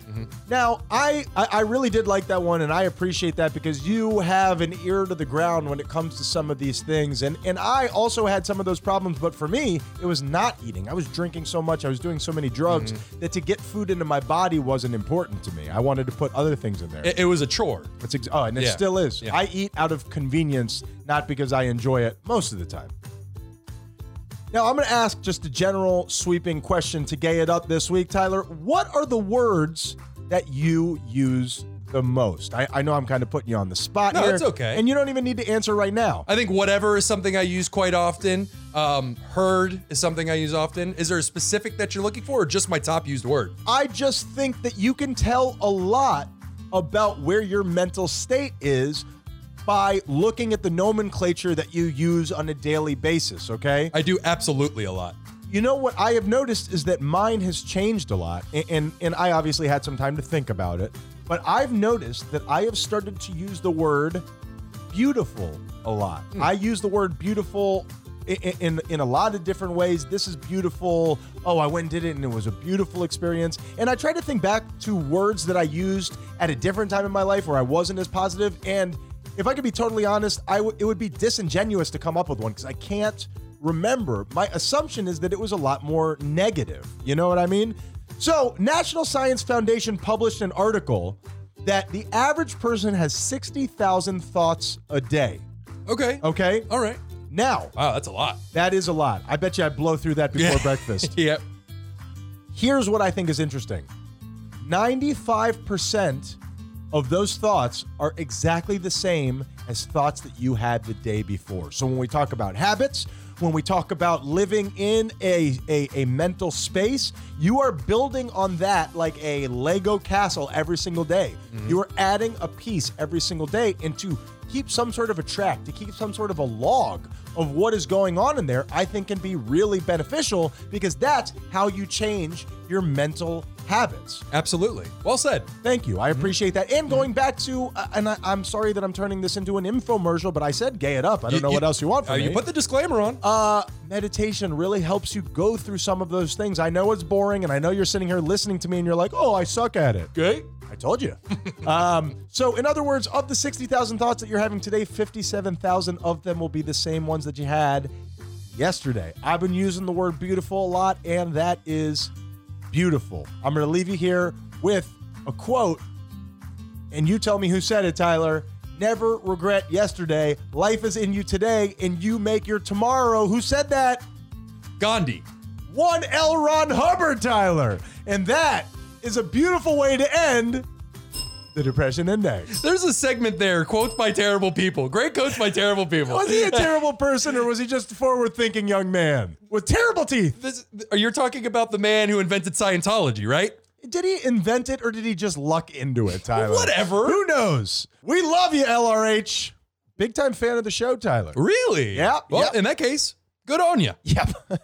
[SPEAKER 1] Now, I, I I really did like that one and I appreciate that because you have an ear to the ground when it comes to some of these things. And and I also had some of those problems, but for me, it was not eating. I was drinking so much, I was doing so many drugs that to get food into my body wasn't important to me. I wanted to put other things in there.
[SPEAKER 2] It, it was a chore.
[SPEAKER 1] That's ex- oh, and it
[SPEAKER 2] Yeah.
[SPEAKER 1] still is.
[SPEAKER 2] Yeah.
[SPEAKER 1] I eat out of convenience, not because I enjoy it most of the time. Now, I'm going to ask just a general sweeping question to gay it up this week, Tyler. What are the words that you use the most? I, I know I'm kind of putting you on the spot
[SPEAKER 2] No,
[SPEAKER 1] here.
[SPEAKER 2] it's okay.
[SPEAKER 1] And you don't even need to answer right now.
[SPEAKER 2] I think whatever is something I use quite often. Um, heard is something I use often. Is there a specific that you're looking for, or just my top used word?
[SPEAKER 1] I just think that you can tell a lot about where your mental state is by looking at the nomenclature that you use on a daily basis, okay?
[SPEAKER 2] I do absolutely a lot.
[SPEAKER 1] You know what I have noticed is that mine has changed a lot, a- and and I obviously had some time to think about it. But I've noticed that I have started to use the word beautiful a lot. I use the word beautiful i- i- in, in a lot of different ways. This is beautiful. Oh, I went and did it, and it was a beautiful experience. And I try to think back to words that I used at a different time in my life where I wasn't as positive. And if I could be totally honest, I w- it would be disingenuous to come up with one because I can't remember. My assumption is that it was a lot more negative. You know what I mean? So, National Science Foundation published an article that the average person has 60,000 thoughts a day.
[SPEAKER 2] Okay.
[SPEAKER 1] Okay?
[SPEAKER 2] All right.
[SPEAKER 1] Now,
[SPEAKER 2] Wow, that's a lot.
[SPEAKER 1] that is a lot. I bet you I blow through that before
[SPEAKER 2] Yeah.
[SPEAKER 1] breakfast.
[SPEAKER 2] Yep.
[SPEAKER 1] Here's what I think is interesting 95% of those thoughts are exactly the same as thoughts that you had the day before. So, when we talk about habits, when we talk about living in a, a, a mental space, you are building on that like a Lego castle every single day. You are adding a piece every single day. And to keep some sort of a track, to keep some sort of a log of what is going on in there, I think can be really beneficial because that's how you change your mental habits.
[SPEAKER 2] Absolutely. Well said.
[SPEAKER 1] Thank you.
[SPEAKER 2] Mm-hmm.
[SPEAKER 1] I appreciate that. And going back to, uh, and I, I'm sorry that I'm turning this into an infomercial, but I said gay it up. I don't know what else you want from
[SPEAKER 2] uh,
[SPEAKER 1] me.
[SPEAKER 2] You put the disclaimer on.
[SPEAKER 1] uh, meditation really helps you go through some of those things. I know it's boring, and I know you're sitting here listening to me, and you're like, "Oh, I suck at it."
[SPEAKER 2] okay.
[SPEAKER 1] I told you. um, so, in other words, of the 60,000 thoughts that you're having today, 57,000 of them will be the same ones that you had yesterday. I've been using the word beautiful a lot, and that is beautiful. I'm going to leave you here with a quote, and you tell me who said it, Tyler. Never regret yesterday. Life is in you today, and you make your tomorrow. Who said that?
[SPEAKER 2] Gandhi.
[SPEAKER 1] one L. Ron Hubbard, Tyler. And that is a beautiful way to end the Depression Index.
[SPEAKER 2] There's a segment there, quotes by terrible people. Great quotes by terrible people.
[SPEAKER 1] Was he a terrible person or was he just a forward thinking young man with terrible teeth?
[SPEAKER 2] This, you're talking about the man who invented Scientology, right?
[SPEAKER 1] Did he invent it or did he just luck into it, Tyler?
[SPEAKER 2] Whatever.
[SPEAKER 1] Who knows? We love you, LRH. Big time fan of the show, Tyler.
[SPEAKER 2] Really?
[SPEAKER 1] Yeah,
[SPEAKER 2] Well,
[SPEAKER 1] yeah.
[SPEAKER 2] in that case, good on you.
[SPEAKER 1] Yep.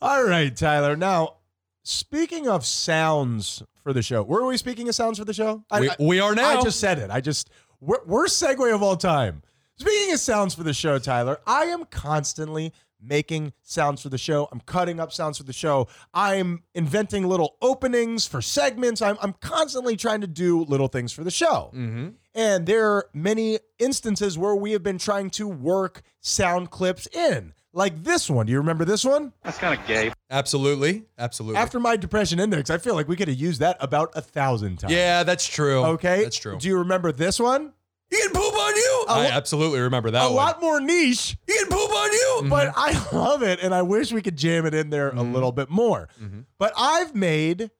[SPEAKER 1] All right, Tyler. Now, speaking of sounds for the show, were we speaking of sounds for the show? I-
[SPEAKER 2] We,
[SPEAKER 1] I-
[SPEAKER 2] we are now.
[SPEAKER 1] I just said it. I just wor- worst segue of all time. Speaking of sounds for the show, Tyler, I am constantly making sounds for the show. I'm cutting up sounds for the show. I'm inventing little openings for segments. I'm, I'm constantly trying to do little things for the show.
[SPEAKER 2] Mm-hmm.
[SPEAKER 1] And there are many instances where we have been trying to work sound clips in. like this one. Do you remember this one?
[SPEAKER 3] That's kind of gay.
[SPEAKER 2] Absolutely. Absolutely.
[SPEAKER 1] After my depression index, I feel like we could have used that about a thousand times.
[SPEAKER 2] yeah, that's true.
[SPEAKER 1] Okay.
[SPEAKER 2] That's true.
[SPEAKER 1] Do you remember this one?
[SPEAKER 2] you can poop on you. I
[SPEAKER 1] lo-
[SPEAKER 2] absolutely remember that
[SPEAKER 1] A
[SPEAKER 2] one.
[SPEAKER 1] lot Mm-hmm. more niche,
[SPEAKER 2] You can poop on you.
[SPEAKER 1] but I love it, and I wish we could jam it in there a little bit more.
[SPEAKER 2] Mhm.
[SPEAKER 1] But I've made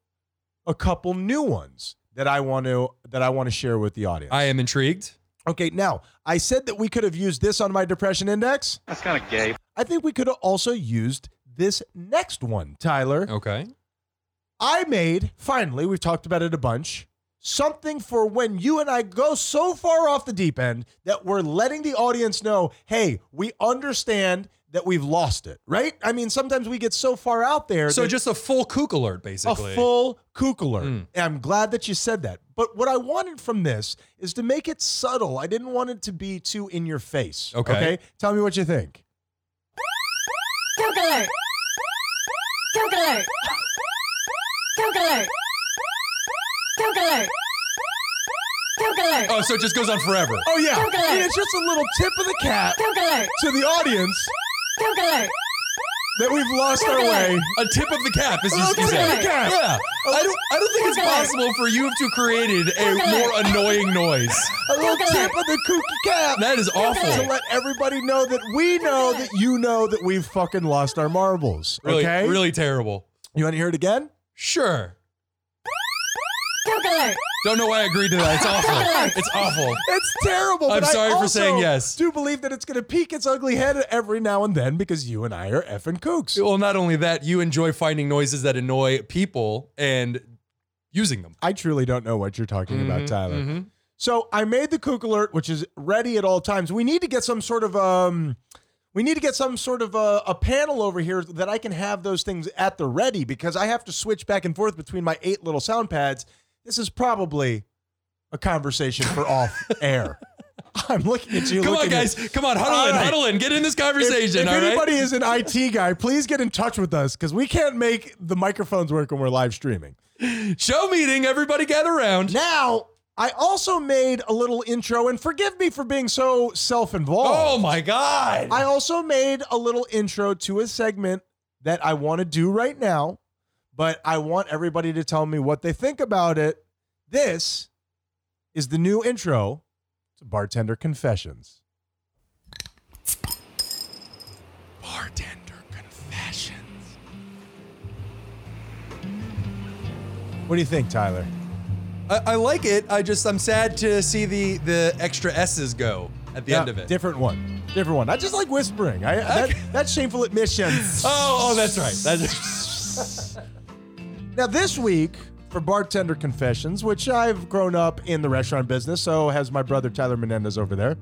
[SPEAKER 1] a couple new ones that I want to that I want to share with the audience.
[SPEAKER 2] I am intrigued.
[SPEAKER 1] okay, now I said that we could have used this on my depression index.
[SPEAKER 3] That's kind of gay.
[SPEAKER 1] I think we could have also used this next one, Tyler.
[SPEAKER 2] Okay.
[SPEAKER 1] I made, finally, we've talked about it a bunch, something for when you and I go so far off the deep end that we're letting the audience know, hey, we understand that we've lost it, right? I mean, sometimes we get so far out there.
[SPEAKER 2] So
[SPEAKER 1] that
[SPEAKER 2] just a full kook alert,
[SPEAKER 1] a
[SPEAKER 2] basically.
[SPEAKER 1] full kook alert.
[SPEAKER 2] Mm.
[SPEAKER 1] And I'm glad that you said that. But what I wanted from this is to make it subtle. I didn't want it to be too in your face.
[SPEAKER 2] Okay.
[SPEAKER 1] Okay. Tell me what you think.
[SPEAKER 4] Coke alert! Coke alert! Coke alert! Coke alert! Coke alert!
[SPEAKER 2] oh, so it just goes on forever.
[SPEAKER 1] Oh, yeah.
[SPEAKER 4] Kook alert.
[SPEAKER 1] And it's just a little tip of the cat
[SPEAKER 4] Coke alert!
[SPEAKER 1] to the audience
[SPEAKER 4] Coke alert!
[SPEAKER 1] that we've lost our
[SPEAKER 4] Kook alert.
[SPEAKER 1] way.
[SPEAKER 2] A tip of the cap is
[SPEAKER 1] Oh,
[SPEAKER 2] just
[SPEAKER 1] tip of
[SPEAKER 2] said.
[SPEAKER 1] the cap.
[SPEAKER 2] Yeah. I don't I don't think it's possible for you to have created a more annoying noise.
[SPEAKER 1] a little
[SPEAKER 4] Coconut.
[SPEAKER 1] tip of the kooky cap
[SPEAKER 2] That is
[SPEAKER 1] to
[SPEAKER 2] awful.
[SPEAKER 1] let everybody know that we know that you know that we've fucking lost our marbles.
[SPEAKER 2] Really,
[SPEAKER 1] okay?
[SPEAKER 2] really terrible.
[SPEAKER 1] You want to hear it again?
[SPEAKER 2] Sure.
[SPEAKER 4] Coke alert!
[SPEAKER 2] Don't know why I agreed to that. It's awful. It's awful.
[SPEAKER 1] It's terrible.
[SPEAKER 2] I'm
[SPEAKER 1] but I
[SPEAKER 2] sorry for
[SPEAKER 1] also
[SPEAKER 2] saying yes.
[SPEAKER 1] Do believe that it's going to peek its ugly head every now and then because you and I are effing kooks.
[SPEAKER 2] Well, not only that, you enjoy finding noises that annoy people and using them.
[SPEAKER 1] I truly don't know what you're talking about, Tyler.
[SPEAKER 2] mhm.
[SPEAKER 1] So I made the kook alert, which is ready at all times. We need to get some sort of um, we need to get some sort of a, a panel over here that I can have those things at the ready because I have to switch back and forth between my eight little sound pads. This is probably a conversation for off air. I'm looking at you.
[SPEAKER 2] Come on,
[SPEAKER 1] looking at-
[SPEAKER 2] guys. Come on, huddle
[SPEAKER 1] All
[SPEAKER 2] in,
[SPEAKER 1] right.
[SPEAKER 2] huddle in. Get in this
[SPEAKER 1] If,
[SPEAKER 2] conversation.
[SPEAKER 1] if
[SPEAKER 2] all right?
[SPEAKER 1] anybody is an IT guy, please get in touch with us because we can't make the microphones work when we're live streaming.
[SPEAKER 2] Show meeting. Everybody gather around.
[SPEAKER 1] Now, I also made a little intro, and forgive me for being so self
[SPEAKER 2] Oh
[SPEAKER 1] involved.
[SPEAKER 2] my God.
[SPEAKER 1] I also made a little intro to a segment that I want to do right now, but I want everybody to tell me what they think about it. This is the new intro to Bartender Confessions.
[SPEAKER 2] Bartender confessions.
[SPEAKER 1] What do you think, Tyler?
[SPEAKER 2] I, I like it. I just I'm sad to see the the extra S's go at the end
[SPEAKER 1] Yeah,
[SPEAKER 2] of it.
[SPEAKER 1] Different one. Different one. I just like whispering. I, that, that's shameful admissions.
[SPEAKER 2] oh, oh, that's right. That's
[SPEAKER 1] Now, this week for Bartender Confessions, which I've grown up in the restaurant business, so has my brother Tyler Menendez over there.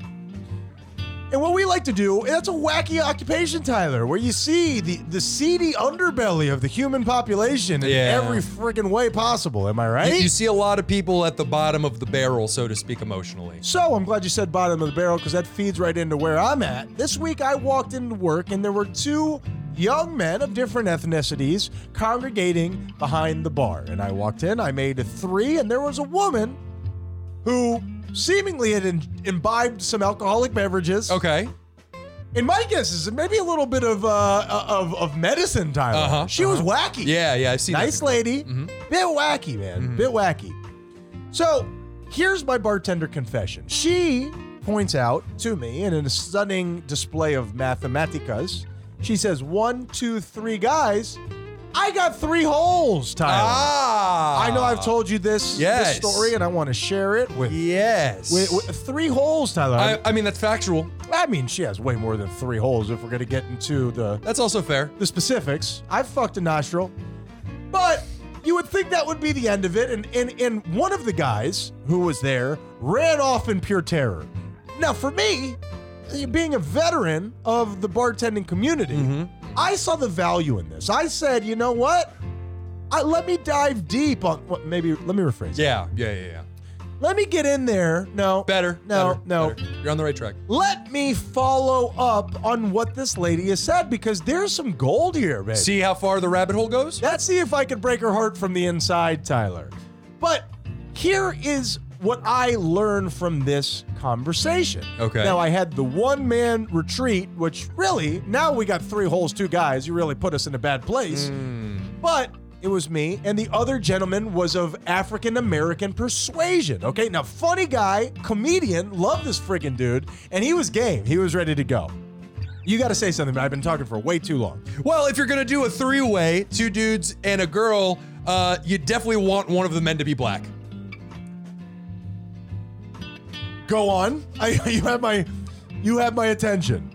[SPEAKER 1] And what we like to do, and that's a wacky occupation, Tyler, where you see the, the seedy underbelly of the human population in
[SPEAKER 2] Yeah.
[SPEAKER 1] every freaking way possible. Am I
[SPEAKER 2] you,
[SPEAKER 1] right?
[SPEAKER 2] you see a lot of people at the bottom of the barrel, so to speak, emotionally.
[SPEAKER 1] So I'm glad you said bottom of the barrel because that feeds right into where I'm at. This week I walked into work and there were two young men of different ethnicities congregating behind the bar. And I walked in, I made a three, and there was a woman who seemingly had in- imbibed some alcoholic beverages.
[SPEAKER 2] Okay.
[SPEAKER 1] And my guess is maybe a little bit of uh, of, of medicine, Tyler.
[SPEAKER 2] Uh-huh,
[SPEAKER 1] she was wacky
[SPEAKER 2] Yeah, yeah, I've seen that
[SPEAKER 1] nice
[SPEAKER 2] before.
[SPEAKER 1] lady. Bit wacky, man.
[SPEAKER 2] Mm-hmm.
[SPEAKER 1] Bit wacky. So here's my bartender confession. She points out to me in a stunning display of mathematicas. She says, one, two, three guys. I got three holes, Tyler.
[SPEAKER 2] Ah.
[SPEAKER 1] I know I've told you this,
[SPEAKER 2] Yes.
[SPEAKER 1] this story and I want to share it with,
[SPEAKER 2] Yes.
[SPEAKER 1] with, with three holes, Tyler.
[SPEAKER 2] I,
[SPEAKER 1] I,
[SPEAKER 2] I mean that's factual.
[SPEAKER 1] I mean, she has way more than three holes if we're going to get into the
[SPEAKER 2] That's also fair.
[SPEAKER 1] the specifics. I've fucked a nostril, but you would think that would be the end of it. And and and one of the guys who was there ran off in pure terror. Now, for me, being a veteran of the bartending community,
[SPEAKER 2] Mm-hmm.
[SPEAKER 1] I saw the value in this. I said, you know what? I, let me dive deep on what maybe let me rephrase. it.
[SPEAKER 2] Yeah, yeah, yeah, yeah.
[SPEAKER 1] Let me get in there. No.
[SPEAKER 2] Better.
[SPEAKER 1] No,
[SPEAKER 2] better,
[SPEAKER 1] no
[SPEAKER 2] better. You're on the right track.
[SPEAKER 1] let me follow up on what this lady has said because there's some gold here, baby.
[SPEAKER 2] See how far the rabbit hole goes?
[SPEAKER 1] Let's see if I can break her heart from the inside, Tyler. But here is what I learned from this conversation.
[SPEAKER 2] Okay.
[SPEAKER 1] Now I had the one man retreat, which really, now we got three holes, two guys. You really put us in a bad place. But it was me, and the other gentleman was of African American persuasion. Okay. Now, funny guy, comedian, love this freaking dude, and he was game. He was ready to go. You got to say something, but I've been talking for way too long.
[SPEAKER 2] Well, if you're gonna do a three-way, two dudes and a girl, uh, you definitely want one of the men to be black.
[SPEAKER 1] Go on. I, you have my, you have my attention.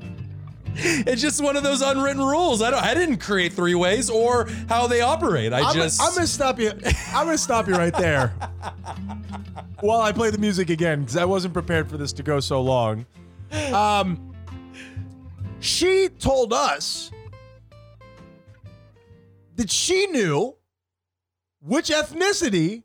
[SPEAKER 2] It's just one of those unwritten rules. I don't. I didn't create three-ways or how they operate. I
[SPEAKER 1] I'm,
[SPEAKER 2] just.
[SPEAKER 1] I'm gonna stop you. I'm gonna stop you right there. While I play the music again, because I wasn't prepared for this to go so long. Um, she told us that she knew which ethnicity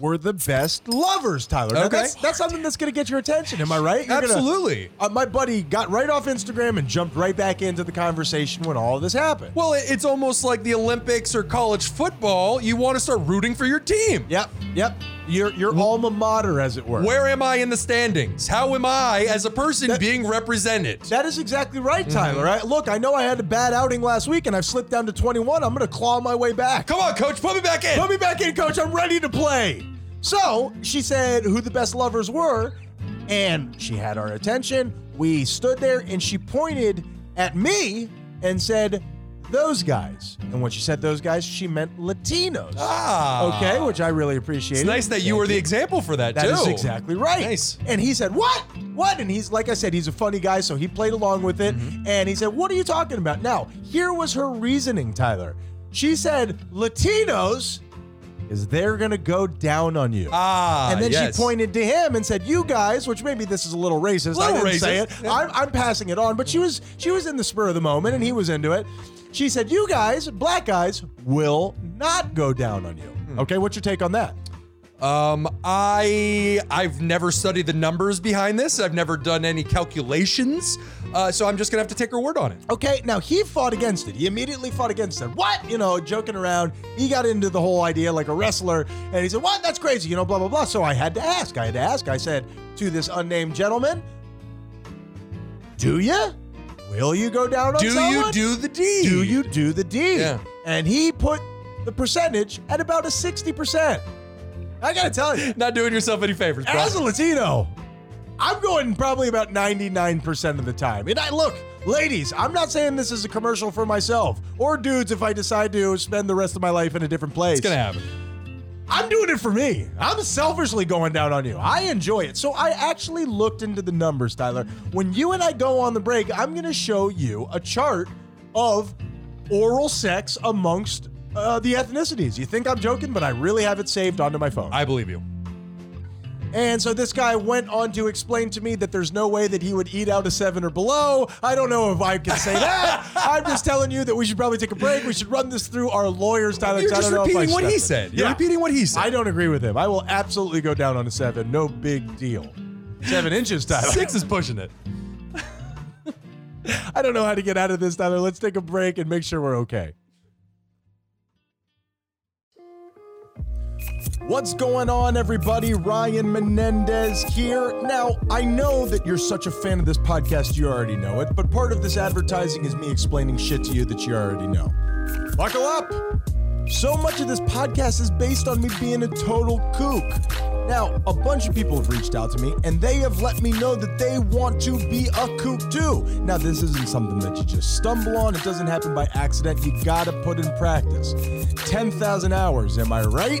[SPEAKER 1] were the best lovers, Tyler. Now,
[SPEAKER 2] Okay.
[SPEAKER 1] that's, that's something that's gonna get your attention. Am I right? You're gonna-
[SPEAKER 2] absolutely.
[SPEAKER 1] uh, my buddy got right off Instagram and jumped right back into the conversation when all of this happened.
[SPEAKER 2] Well, it- it's almost like the Olympics or college football. You want to start rooting for your team.
[SPEAKER 1] Yep, yep. Your your alma mater, as it were.
[SPEAKER 2] Where am I in the standings? How am I as a person being represented?
[SPEAKER 1] that is exactly right,
[SPEAKER 2] Mm-hmm.
[SPEAKER 1] Tyler. I, look, I know I had a bad outing last week, and I've slipped down to 21. I'm going to claw my way back.
[SPEAKER 2] Come on, coach, put me back in.
[SPEAKER 1] Put me back in, coach. I'm ready to play. So she said who the best lovers were, and she had our attention. We stood there, and she pointed at me and said, "Those guys." And when she said those guys, she meant Latinos.
[SPEAKER 2] Ah.
[SPEAKER 1] Okay, which I really appreciated.
[SPEAKER 2] It's nice that you
[SPEAKER 1] Thank
[SPEAKER 2] were the example for that,
[SPEAKER 1] That
[SPEAKER 2] too.
[SPEAKER 1] is exactly right.
[SPEAKER 2] Nice.
[SPEAKER 1] And he said, What? What? And he's like I said, he's a funny guy, so he played along with it.
[SPEAKER 2] Mm-hmm.
[SPEAKER 1] And he said, What are you talking about? Now, here was her reasoning, Tyler. She said, Latinos is they're gonna go down on you.
[SPEAKER 2] Ah.
[SPEAKER 1] and then
[SPEAKER 2] yes.
[SPEAKER 1] she pointed to him and said, "You guys," which maybe this is a little racist. I
[SPEAKER 2] Little
[SPEAKER 1] didn't say
[SPEAKER 2] racist.
[SPEAKER 1] it. I'm, I'm passing it on, but she was she was in the spur of the moment, and he was into it. She said, "You guys, black guys, will not go down on you."
[SPEAKER 2] Hmm.
[SPEAKER 1] Okay, what's your take on that?
[SPEAKER 2] Um, I I've never studied the numbers behind this. I've never done any calculations. Uh, so I'm just gonna have to take her word on it.
[SPEAKER 1] Okay, now he fought against it. He immediately fought against it. What? You know, joking around. He got into the whole idea like a wrestler, and he said, What? That's crazy, you know, blah, blah, blah. So I had to ask. I had to ask. I said to this unnamed gentleman, Do you? Will you go down on
[SPEAKER 2] Do you
[SPEAKER 1] someone?
[SPEAKER 2] do the deed?
[SPEAKER 1] Do you do the deed?
[SPEAKER 2] Yeah.
[SPEAKER 1] And he put the percentage at about a 60%. I gotta tell you,
[SPEAKER 2] Not doing yourself any favors, bro.
[SPEAKER 1] as a Latino, I'm going probably about 99% of the time. And I look, ladies, I'm not saying this is a commercial for myself or dudes if I decide to spend the rest of my life in a different place.
[SPEAKER 2] It's gonna happen.
[SPEAKER 1] I'm doing it for me. I'm selfishly going down on you. I enjoy it. So I actually looked into the numbers, Tyler. When you and I go on the break, I'm going to show you a chart of oral sex amongst uh, the ethnicities. You think I'm joking, but I really have it saved onto my phone.
[SPEAKER 2] I believe you.
[SPEAKER 1] And so this guy went on to explain to me that there's no way that he would eat out a seven or below. I don't know if I can say that. I'm just telling you that we should probably take a break. We should run this through our lawyers, Tyler.
[SPEAKER 2] You're
[SPEAKER 1] so I
[SPEAKER 2] just
[SPEAKER 1] don't know if I
[SPEAKER 2] repeating what
[SPEAKER 1] stepped
[SPEAKER 2] he
[SPEAKER 1] in.
[SPEAKER 2] said. You're repeating what he said.
[SPEAKER 1] I don't agree with him. I will absolutely go down on a seven. No big deal. Seven inches, Tyler.
[SPEAKER 2] Six is pushing it.
[SPEAKER 1] I don't know how to get out of this, Tyler. Let's take a break and make sure we're okay. What's going on, everybody? Ryan Menendez here. Now, I know that you're such a fan of this podcast, you already know it, but part of this advertising is me explaining shit to you that you already know. Buckle up! So much of this podcast is based on me being a total kook. Now, a bunch of people have reached out to me and they have let me know that they want to be a kook too. Now, this isn't something that you just stumble on, it doesn't happen by accident. You gotta put in practice. 10,000 hours, am I right?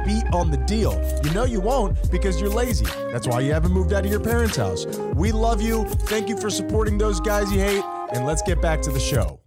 [SPEAKER 1] beat on the deal. You know you won't because you're lazy. That's why you haven't moved out of your parents' house. We love you. Thank you for supporting those guys you hate, and let's get back to the show.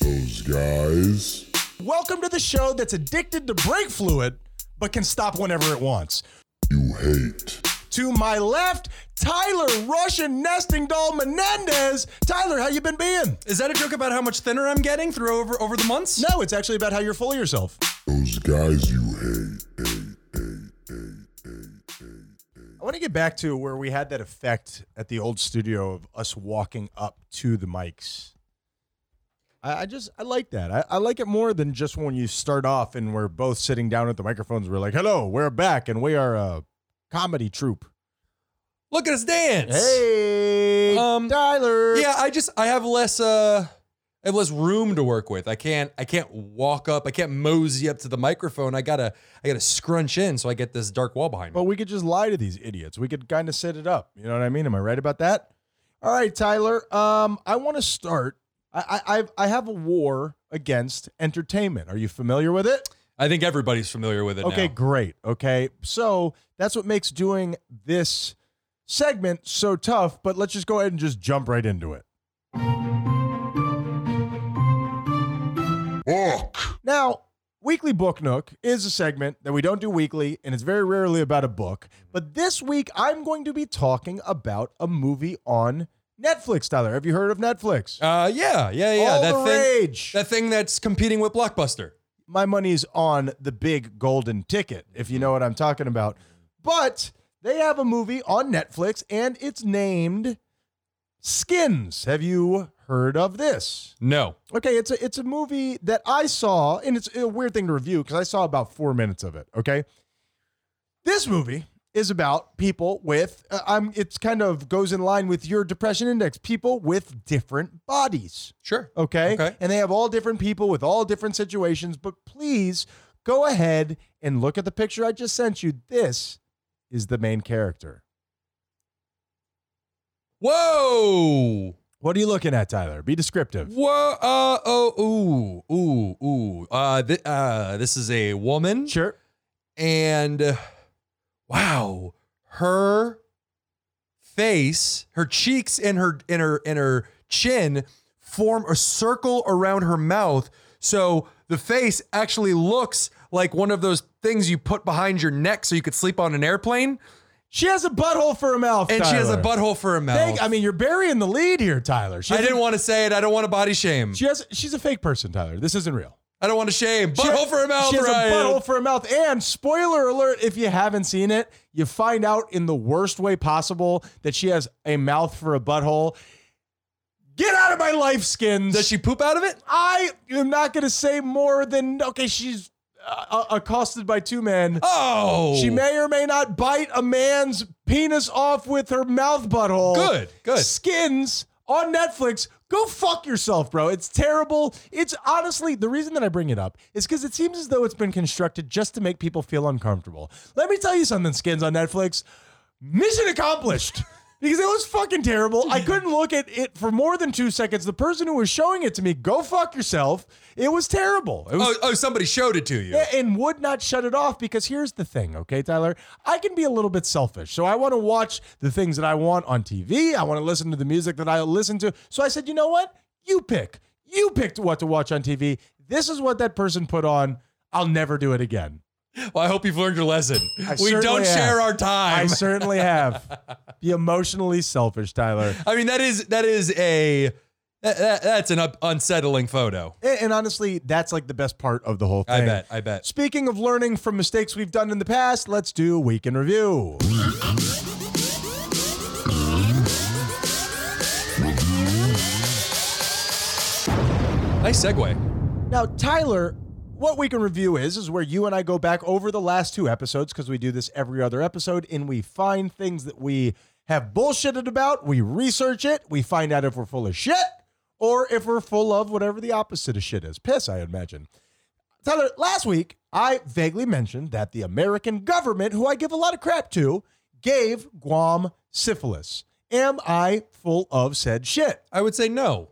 [SPEAKER 3] Those guys.
[SPEAKER 1] Welcome to the show that's addicted to brake fluid, but can stop whenever it wants.
[SPEAKER 3] You hate.
[SPEAKER 1] To my left, Tyler Russian nesting doll Menendez. Tyler, how you been being?
[SPEAKER 2] Is that a joke about how much thinner I'm getting through over over the months?
[SPEAKER 1] No, it's actually about how you're full of yourself.
[SPEAKER 3] Those guys you hate. Hate, hate, hate, hate, hate.
[SPEAKER 1] I want to get back to where we had that effect at the old studio of us walking up to the mics. I, I just I like that. I, I like it more than just when you start off and we're both sitting down at the microphones. We're like, "Hello, we're back, and we are a comedy troupe."
[SPEAKER 2] Look at us dance.
[SPEAKER 1] Hey,
[SPEAKER 2] Um,
[SPEAKER 1] Tyler.
[SPEAKER 2] Yeah, I just I have less uh I have less room to work with. I can't I can't walk up. I can't mosey up to the microphone. I gotta I gotta scrunch in so I get this dark wall behind me.
[SPEAKER 1] But we could just lie to these idiots. We could kind of set it up. You know what I mean? Am I right about that? All right, Tyler. Um, I want to start. I, I I've, I have a war against entertainment. Are you familiar with it?
[SPEAKER 2] I think everybody's familiar with it.
[SPEAKER 1] Okay,
[SPEAKER 2] now.
[SPEAKER 1] great. Okay, so that's what makes doing this segment so tough. But let's just go ahead and just jump right into it.
[SPEAKER 3] Fuck.
[SPEAKER 1] Now, Weekly Book Nook is a segment that we don't do weekly, and it's very rarely about a book. But this week, I'm going to be talking about a movie on Netflix. Tyler, have you heard of Netflix?
[SPEAKER 2] Uh, yeah, yeah, yeah.
[SPEAKER 1] All
[SPEAKER 2] that
[SPEAKER 1] the
[SPEAKER 2] thing,
[SPEAKER 1] rage.
[SPEAKER 2] that thing that's competing with Blockbuster.
[SPEAKER 1] my money's on the big golden ticket, if you know what I'm talking about. But they have a movie on Netflix, and it's named Skins. Have you heard of this?
[SPEAKER 2] No,
[SPEAKER 1] Okay, it's a it's a movie that I saw, and it's a weird thing to review because I saw about four minutes of it. Okay, this movie is about people with uh, I'm. It's kind of goes in line with your depression index. People with different bodies.
[SPEAKER 2] sure.
[SPEAKER 1] Okay,
[SPEAKER 2] Okay.
[SPEAKER 1] and they have all different people with all different situations. But please go ahead and look at the picture I just sent you. This is the main character.
[SPEAKER 2] Whoa,
[SPEAKER 1] What are you looking at, Tyler? Be descriptive.
[SPEAKER 2] whoa. Uh, oh, ooh, ooh, ooh. Uh, th- uh, this is a woman,
[SPEAKER 1] Sure.
[SPEAKER 2] and uh, wow, her face, her cheeks, and her and her and her chin form a circle around her mouth. So the face actually looks like one of those things you put behind your neck so you could sleep on an airplane.
[SPEAKER 1] She has a butthole for a mouth,
[SPEAKER 2] And she has a
[SPEAKER 1] Tyler.
[SPEAKER 2] butthole for a mouth.
[SPEAKER 1] Thank- I mean, you're burying the lead here, Tyler. She
[SPEAKER 2] Oh. I
[SPEAKER 1] has
[SPEAKER 2] didn't
[SPEAKER 1] a-
[SPEAKER 2] want to say it. I don't want to body shame.
[SPEAKER 1] She has. She's a fake person, Tyler. This isn't real.
[SPEAKER 2] I don't want to shame.
[SPEAKER 1] She-
[SPEAKER 2] Butthole for a mouth,
[SPEAKER 1] She has
[SPEAKER 2] Ryan.
[SPEAKER 1] a butthole for a mouth. And spoiler alert: if you haven't seen it, you find out in the worst way possible that she has a mouth for a butthole. Get out of my life, skins.
[SPEAKER 2] Does she poop out of it?
[SPEAKER 1] I am not going to say more than okay. She's uh, accosted by two men.
[SPEAKER 2] Oh,
[SPEAKER 1] She may or may not bite a man's penis off with her mouth butthole.
[SPEAKER 2] Good, good.
[SPEAKER 1] Skins on Netflix. Go fuck yourself, bro. It's terrible. It's honestly the reason that I bring it up is because it seems as though it's been constructed just to make people feel uncomfortable. Let me tell you something, skins on Netflix. Mission accomplished. Because it was fucking terrible. I couldn't look at it for more than two seconds. The person who was showing it to me, go fuck yourself. It was terrible. It was
[SPEAKER 2] Oh, oh, somebody showed it to you.
[SPEAKER 1] yeah, and would not shut it off because here's the thing, okay, Tyler? I can be a little bit selfish. So I want to watch the things that I want on TV. I want to listen to the music that I listen to. So I said, you know what? You pick. You picked what to watch on TV. This is what that person put on. I'll never do it again.
[SPEAKER 2] Well, I hope you've learned your lesson.
[SPEAKER 1] I
[SPEAKER 2] we don't
[SPEAKER 1] certainly have.
[SPEAKER 2] share our
[SPEAKER 1] I
[SPEAKER 2] time.
[SPEAKER 1] certainly have. Be emotionally selfish, Tyler.
[SPEAKER 2] I mean, that is that is a that, that- that's an up, unsettling photo.
[SPEAKER 1] And, and honestly, that's like the best part of the whole thing.
[SPEAKER 2] I bet. I bet.
[SPEAKER 1] Speaking of learning from mistakes we've done in the past, let's do week in review.
[SPEAKER 2] Nice segue.
[SPEAKER 1] Now, Tyler, What we can review is is where you and I go back over the last two episodes because we do this every other episode, and we find things that we have bullshitted about. We research it. We find out if we're full of shit or if we're full of whatever the opposite of shit is. Piss, I imagine. Tyler, last week I vaguely mentioned that the American government, who I give a lot of crap to, gave Guam syphilis. Am I full of said shit?
[SPEAKER 2] I would say no.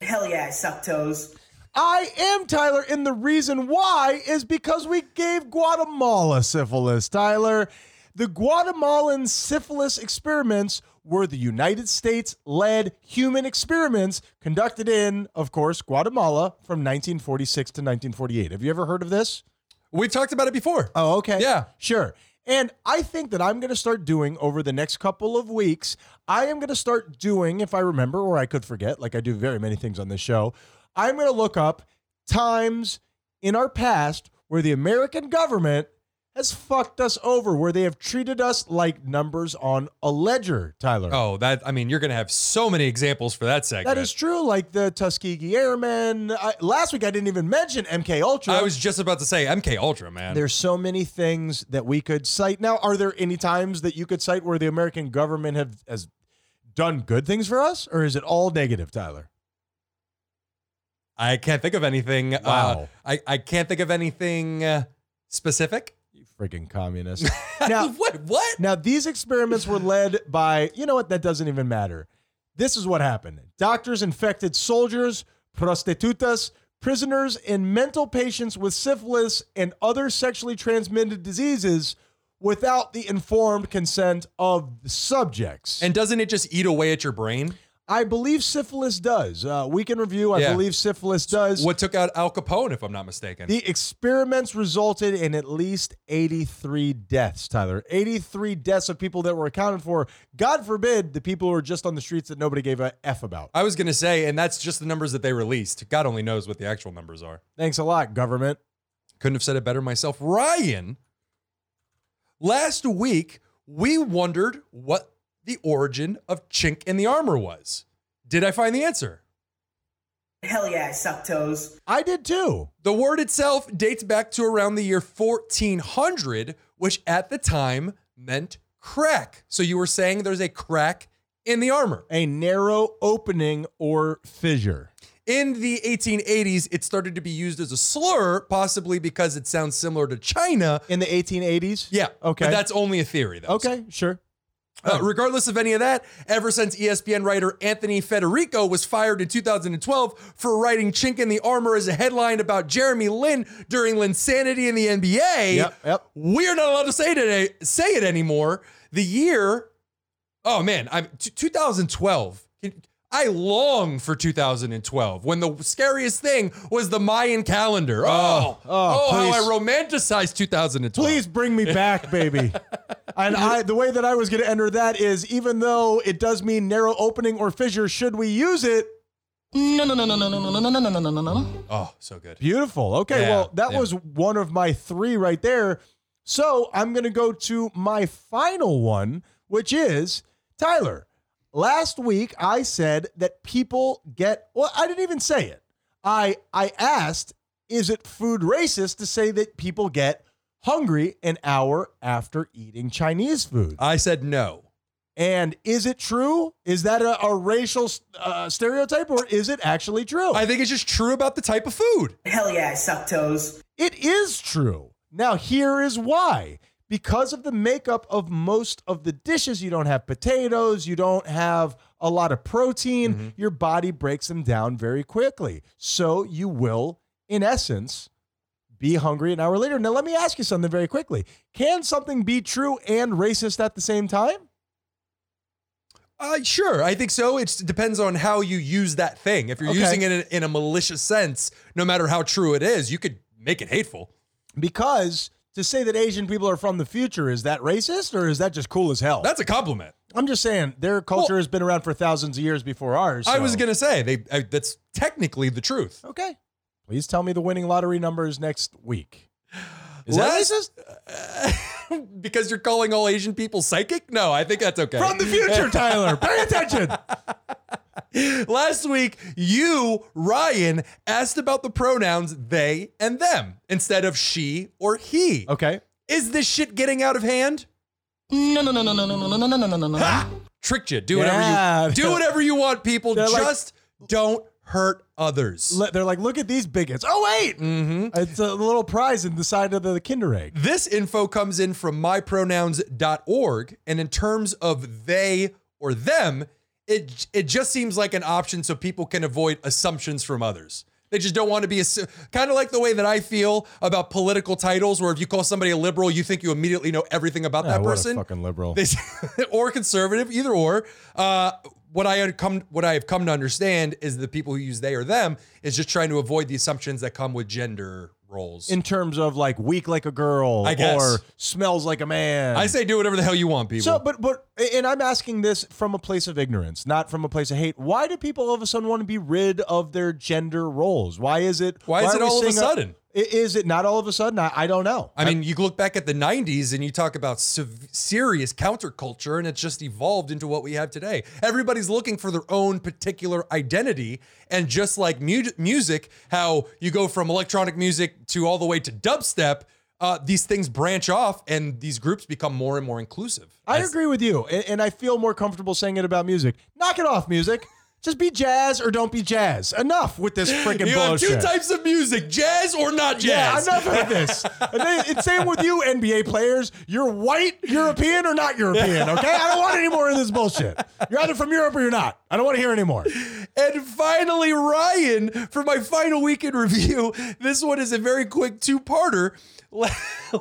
[SPEAKER 5] Hell yeah, I suck toes.
[SPEAKER 1] I am Tyler, and the reason why is because we gave Guatemala syphilis, Tyler. The Guatemalan syphilis experiments were the United States led human experiments conducted in, of course, Guatemala from 1946 to 1948. Have you ever heard of this?
[SPEAKER 2] We've talked about it before.
[SPEAKER 1] Oh, okay.
[SPEAKER 2] Yeah.
[SPEAKER 1] Sure. And I think that I'm going to start doing over the next couple of weeks. I am going to start doing, if I remember or I could forget, like I do very many things on this show, I'm going to look up times in our past where the American government has fucked us over, where they have treated us like numbers on a ledger, Tyler.
[SPEAKER 2] Oh, that I mean, you're gonna have so many examples for that segment.
[SPEAKER 1] That is true, like the Tuskegee Airmen. I, last week I didn't even mention MK Ultra.
[SPEAKER 2] I was just about to say MK Ultra, man.
[SPEAKER 1] There's so many things that we could cite. Now, are there any times that you could cite where the American government have has done good things for us, or is it all negative, Tyler?
[SPEAKER 2] I can't think of anything. Uh,
[SPEAKER 1] Wow.
[SPEAKER 2] I I can't think of anything uh, specific.
[SPEAKER 1] You freaking communist. now,
[SPEAKER 2] what? What?
[SPEAKER 1] now these experiments were led by. You know what? That doesn't even matter. This is what happened. Doctors infected soldiers, prostitutas, prisoners, and mental patients with syphilis and other sexually transmitted diseases without the informed consent of the subjects.
[SPEAKER 2] And doesn't it just eat away at your brain?
[SPEAKER 1] I believe syphilis does. Uh, weekend review. I
[SPEAKER 2] Yeah.
[SPEAKER 1] believe syphilis does.
[SPEAKER 2] What took out Al Capone, if I'm not mistaken?
[SPEAKER 1] The experiments resulted in at least 83 deaths, Tyler. 83 deaths of people that were accounted for. God forbid the people who were just on the streets that nobody gave a F about.
[SPEAKER 2] I was gonna say, and that's just the numbers that they released. God only knows what the actual numbers are.
[SPEAKER 1] Thanks a lot, government.
[SPEAKER 2] Couldn't have said it better myself. Ryan, last week we wondered what the origin of Chink in the Armor was. Did I find the answer?
[SPEAKER 5] Hell yeah, I suck toes.
[SPEAKER 1] I did too.
[SPEAKER 2] The word itself dates back to around the year 1400, which at the time meant crack. So you were saying there's a crack in the armor.
[SPEAKER 1] A narrow opening or fissure.
[SPEAKER 2] In the 1880s, it started to be used as a slur, possibly because it sounds similar to China.
[SPEAKER 1] In the 1880s?
[SPEAKER 2] Yeah.
[SPEAKER 1] Okay.
[SPEAKER 2] But that's only a theory, though.
[SPEAKER 1] okay, sure.
[SPEAKER 2] Uh, regardless of any of that, ever since E ESPN writer Anthony Federico was fired in 2012 for writing Chink in the Armor as a headline about Jeremy Lin during Linsanity in the NBA,
[SPEAKER 1] Yep, yep.
[SPEAKER 2] we are not allowed to say today say it anymore. The year, oh man, I'm t- 2012. Can- I long for 2012 when the scariest thing was the Mayan calendar. Oh, oh,
[SPEAKER 1] oh,
[SPEAKER 2] how I
[SPEAKER 1] please.
[SPEAKER 2] romanticized 2012.
[SPEAKER 1] Please bring me back, baby. and I, the way that I was going to enter that is, even though it does mean narrow opening or fissure, should we use it?
[SPEAKER 4] No, no, no, no, no, no, no, no, no, no, no, no, no, no.
[SPEAKER 2] Oh, so good.
[SPEAKER 1] Beautiful. Okay,
[SPEAKER 2] Yeah,
[SPEAKER 1] well, that
[SPEAKER 2] yeah.
[SPEAKER 1] was one of my three right there. So I'm going to go to my final one, which is Tyler. Last week, I said that people get, well, I didn't even say it. I, I asked, is it food racist to say that people get hungry an hour after eating Chinese food?
[SPEAKER 2] I said no.
[SPEAKER 1] And is it true? Is that a, a racial uh, stereotype or is it actually true?
[SPEAKER 2] I think it's just true about the type of food.
[SPEAKER 5] Hell yeah, I suck toes.
[SPEAKER 1] It is true. Now, here is why. Because of the makeup of most of the dishes, you don't have potatoes, you don't have a lot of protein, your body breaks them down very quickly. So you will, in essence, be hungry an hour later. Now, let me ask you something very quickly. Can something be true and racist at the same time?
[SPEAKER 2] Uh, sure, I think so. It depends on how you use that thing. If you're
[SPEAKER 1] Okay.
[SPEAKER 2] using it in, in a malicious sense, no matter how true it is, you could make it hateful.
[SPEAKER 1] Because to say that Asian people are from the future, is that racist or is that just cool as hell?
[SPEAKER 2] That's a compliment.
[SPEAKER 1] I'm just saying, their culture has been around for thousands of years before ours.
[SPEAKER 2] I
[SPEAKER 1] so-
[SPEAKER 2] was gonna say they. I, that's technically the truth.
[SPEAKER 1] Okay. Please tell me the winning lottery numbers next week. Is
[SPEAKER 2] Let's-
[SPEAKER 1] that racist?
[SPEAKER 2] because you're calling all Asian people psychic? No, I think that's okay.
[SPEAKER 1] From the future, Tyler. Pay attention.
[SPEAKER 2] Last week, you, Ryan, asked about the pronouns they and them instead of she or he.
[SPEAKER 1] Okay.
[SPEAKER 2] Is this shit getting out of hand?
[SPEAKER 4] No, no, no, no, no, no, no, no, no, no, no, no, no.
[SPEAKER 2] Ah, tricked you. Do whatever
[SPEAKER 1] Yeah.
[SPEAKER 2] you do whatever you want, people.
[SPEAKER 1] They're like-
[SPEAKER 2] Just don't hurt others.
[SPEAKER 1] Le- They're like, look at these bigots. Oh wait,
[SPEAKER 2] Mhm.
[SPEAKER 1] it's a little prize in the side of the Kinder egg.
[SPEAKER 2] This info comes in from mypronouns.org, and in terms of they or them, it it just seems like an option so people can avoid assumptions from others. They just don't want to be kind of like the way that I feel about political titles, where if you call somebody a liberal, you think you immediately know everything about
[SPEAKER 1] Ah,
[SPEAKER 2] that
[SPEAKER 1] what a
[SPEAKER 2] person.
[SPEAKER 1] fucking liberal.
[SPEAKER 2] They or conservative, either or. Uh, what I had come, what I have come to understand is the people who use they or them is just trying to avoid the assumptions that come with gender roles.
[SPEAKER 1] in terms of like weak like a girl
[SPEAKER 2] I guess.
[SPEAKER 1] or smells like a man.
[SPEAKER 2] I say do whatever the hell you want, people.
[SPEAKER 1] so, but but and I'm asking this from a place of ignorance, not from a place of hate. Why do people all of a sudden want to be rid of their gender roles? Why is it?
[SPEAKER 2] Why is
[SPEAKER 1] are
[SPEAKER 2] it
[SPEAKER 1] we
[SPEAKER 2] all of a
[SPEAKER 1] seeing
[SPEAKER 2] sudden?
[SPEAKER 1] i- is it not all of a sudden? I, I don't know.
[SPEAKER 2] I mean, you look back at the 90s and you talk about sev- serious counterculture, and it's just evolved into what we have today. Everybody's looking for their own particular identity. And just like mu- music, how you go from electronic music to all the way to dubstep, uh, these things branch off and these groups become more and more inclusive.
[SPEAKER 1] I
[SPEAKER 2] As-
[SPEAKER 1] agree with you, and, and I feel more comfortable saying it about music. Knock it off, music. Just be jazz or don't be jazz. Enough with this freaking
[SPEAKER 2] You have
[SPEAKER 1] bullshit.
[SPEAKER 2] two types of music jazz or not
[SPEAKER 1] yeah,
[SPEAKER 2] jazz.
[SPEAKER 1] enough of this. And then it's same with you, NBA players. You're white, European, or not European. Okay, I don't want any more of this bullshit. You're either from Europe or you're not. I don't want to hear anymore.
[SPEAKER 2] And finally, Ryan, for my final week in review, this one is a very quick two parter.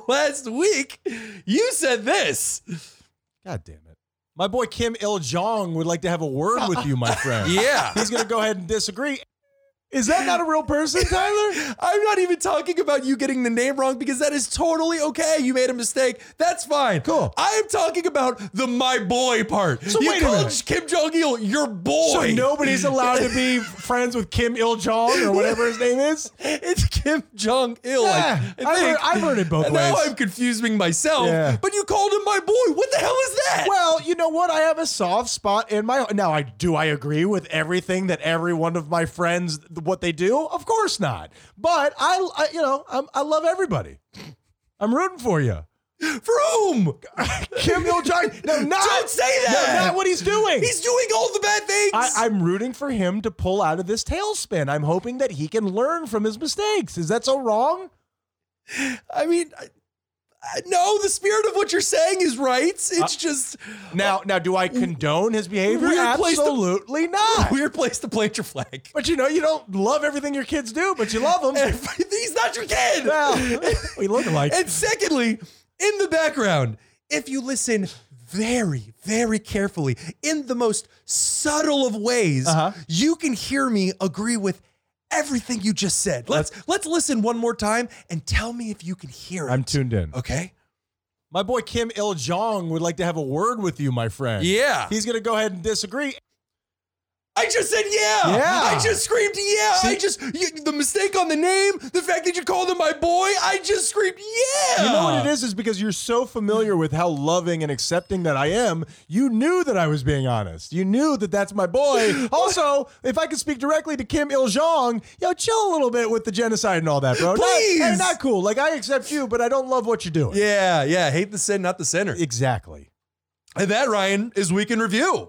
[SPEAKER 2] Last week, you said this.
[SPEAKER 1] God damn it. My boy Kim Il Jong would like to have a word with you, my friend.
[SPEAKER 2] Yeah.
[SPEAKER 1] he's gonna go ahead and disagree. Is that not a real person, Tyler?
[SPEAKER 2] I'm not even talking about you getting the name wrong because that is totally okay. You made a mistake. That's fine.
[SPEAKER 1] Cool.
[SPEAKER 2] I am talking about the my boy part.
[SPEAKER 1] So
[SPEAKER 2] you
[SPEAKER 1] wait a
[SPEAKER 2] called
[SPEAKER 1] minute.
[SPEAKER 2] Kim Jong il your boy.
[SPEAKER 1] So nobody's allowed to be friends with Kim Il Jong or whatever his name is.
[SPEAKER 2] It's Kim Jong il.
[SPEAKER 1] Yeah, I've heard- I've heard it both
[SPEAKER 2] Now
[SPEAKER 1] ways.
[SPEAKER 2] I'm confusing myself,
[SPEAKER 1] Yeah.
[SPEAKER 2] but you called him my boy. What the hell is that?
[SPEAKER 1] Well, you know what? I have a soft spot in my now. I do. I agree with everything that every one of my friends what they do. Of course not. But I, I you know, I'm, I love everybody. I'm rooting for you,
[SPEAKER 2] From
[SPEAKER 1] Kim Il Jong. No, not
[SPEAKER 2] Don't say that!
[SPEAKER 1] No, not what he's doing.
[SPEAKER 2] He's doing all the bad things.
[SPEAKER 1] I, I'm rooting for him to pull out of this tailspin. I'm hoping that he can learn from his mistakes. Is that so wrong?
[SPEAKER 2] I mean, I, I- no, the spirit of what you're saying is right.
[SPEAKER 1] Uh,
[SPEAKER 2] It's just
[SPEAKER 1] Now, now, do I condone his behavior?
[SPEAKER 2] Weird place to-
[SPEAKER 1] Absolutely
[SPEAKER 2] a
[SPEAKER 1] not.
[SPEAKER 2] weird place to plant your flag.
[SPEAKER 1] But you know, you don't love everything your kids do, but you love them.
[SPEAKER 2] He's not your kid.
[SPEAKER 1] Well, we look alike.
[SPEAKER 2] and secondly, in the background, if you listen very, very carefully, in the most subtle of ways,
[SPEAKER 1] Uh-huh.
[SPEAKER 2] you can hear me agree with everything you just said. Let's let's listen one more time and tell me if you can hear it.
[SPEAKER 1] I'm tuned in.
[SPEAKER 2] okay.
[SPEAKER 1] My boy Kim Il Jong would like to have a word with you, my friend.
[SPEAKER 2] Yeah.
[SPEAKER 1] He's going to go ahead and disagree.
[SPEAKER 2] I just said yeah.
[SPEAKER 1] Yeah.
[SPEAKER 2] I just screamed yeah. I
[SPEAKER 1] See-
[SPEAKER 2] just you, the mistake on the name, the fact that you called him my boy. I just screamed yeah.
[SPEAKER 1] You know what it is? Is because you're so familiar with how loving and accepting that I am. You knew that I was being honest. You knew that that's my boy. Also, if I could speak directly to Kim Il Jong, yo, chill a little bit with the genocide and all that, bro. Not-
[SPEAKER 2] Please.
[SPEAKER 1] hey, not cool. Like, I accept you, but I don't love what you're doing.
[SPEAKER 2] Yeah, yeah. Hate the sin, not the sinner.
[SPEAKER 1] Exactly.
[SPEAKER 2] And that Ryan is week in review.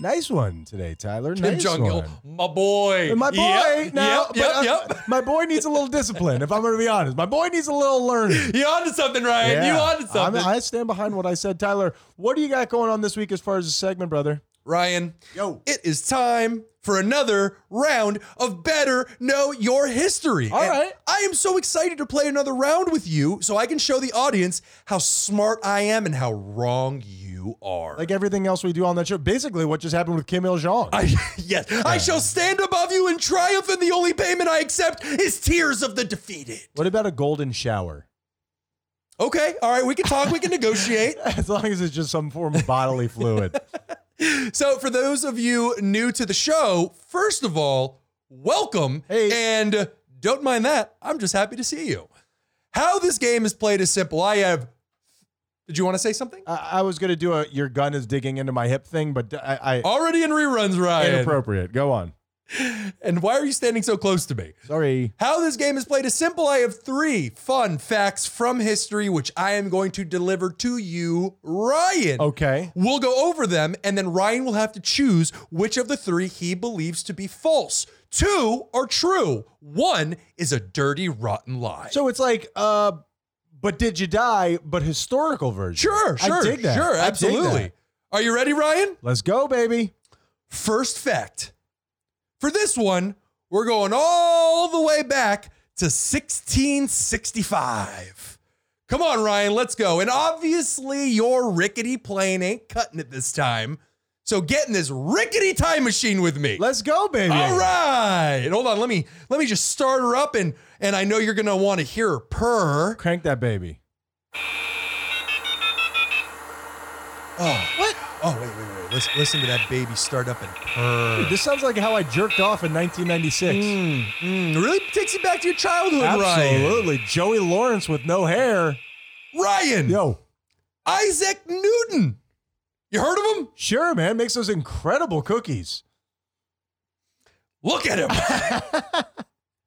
[SPEAKER 1] Nice one today, Tyler.
[SPEAKER 2] Kim
[SPEAKER 1] nice
[SPEAKER 2] Jong Il,
[SPEAKER 1] one.
[SPEAKER 2] my boy.
[SPEAKER 1] And my boy,
[SPEAKER 2] Yep,
[SPEAKER 1] now,
[SPEAKER 2] yep, yep,
[SPEAKER 1] but, uh,
[SPEAKER 2] yep.
[SPEAKER 1] my boy needs a little discipline. If I'm going to be honest, my boy needs a little learning.
[SPEAKER 2] You onto something, Ryan? You onto
[SPEAKER 1] I'm-
[SPEAKER 2] something?
[SPEAKER 1] I stand behind what I said, Tyler. What do you got going on this week as far as the segment, brother?
[SPEAKER 2] Ryan,
[SPEAKER 1] Yo.
[SPEAKER 2] it is time for another round of Better Know Your History.
[SPEAKER 1] All
[SPEAKER 2] And
[SPEAKER 1] right.
[SPEAKER 2] I am so excited to play another round with you so I can show the audience how smart I am and how wrong you are.
[SPEAKER 1] Like everything else we do on that show, basically what just happened with Kim Il Jong.
[SPEAKER 2] I, yes, I shall stand above you in triumph, and the only payment I accept is tears of the defeated.
[SPEAKER 1] what about a golden shower?
[SPEAKER 2] Okay, all right, we can talk, we can negotiate.
[SPEAKER 1] As long as it's just some form of bodily fluid.
[SPEAKER 2] So, for those of you new to the show, first of all, welcome.
[SPEAKER 1] Hey.
[SPEAKER 2] And don't mind that. I'm just happy to see you. How this game is played is simple. I have Did you want to say something?
[SPEAKER 1] I, I was gonna do a your gun is digging into my hip thing, but I, I
[SPEAKER 2] Already in reruns, Ryan.
[SPEAKER 1] inappropriate. Go on.
[SPEAKER 2] And why are you standing so close to me?
[SPEAKER 1] Sorry.
[SPEAKER 2] How this game is played is simple. I have three fun facts from history, which I am going to deliver to you, Ryan.
[SPEAKER 1] Oh, Okay.
[SPEAKER 2] We'll go over them, and then Ryan will have to choose which of the three he believes to be false. Two are true. One is a dirty, rotten lie.
[SPEAKER 1] So it's like, uh, but did you die? But historical version.
[SPEAKER 2] sure,
[SPEAKER 1] I
[SPEAKER 2] sure,
[SPEAKER 1] dig that.
[SPEAKER 2] sure,
[SPEAKER 1] I dig
[SPEAKER 2] absolutely.
[SPEAKER 1] that.
[SPEAKER 2] Are you ready, Ryan?
[SPEAKER 1] Let's go, baby.
[SPEAKER 2] First fact. For this one, we're going all the way back to 1665. Come on, Ryan, let's go. And obviously, your rickety plane ain't cutting it this time. So get in this rickety time machine with me.
[SPEAKER 1] Let's go, baby.
[SPEAKER 2] All right. Hold on. Let me let me just start her up and and I know you're gonna want to hear her purr.
[SPEAKER 1] Crank that baby.
[SPEAKER 2] Oh. What? Oh, wait, wait, wait. Listen, listen to that baby start up and purr.
[SPEAKER 1] This sounds like how I jerked off in 1996.
[SPEAKER 2] Mm, really takes you back to your childhood, Ryan.
[SPEAKER 1] Absolutely. Joey Lawrence with no hair.
[SPEAKER 2] Ryan!
[SPEAKER 1] Yo,
[SPEAKER 2] Isaac Newton. You heard of him?
[SPEAKER 1] sure, man. Makes those incredible cookies.
[SPEAKER 2] Look at him.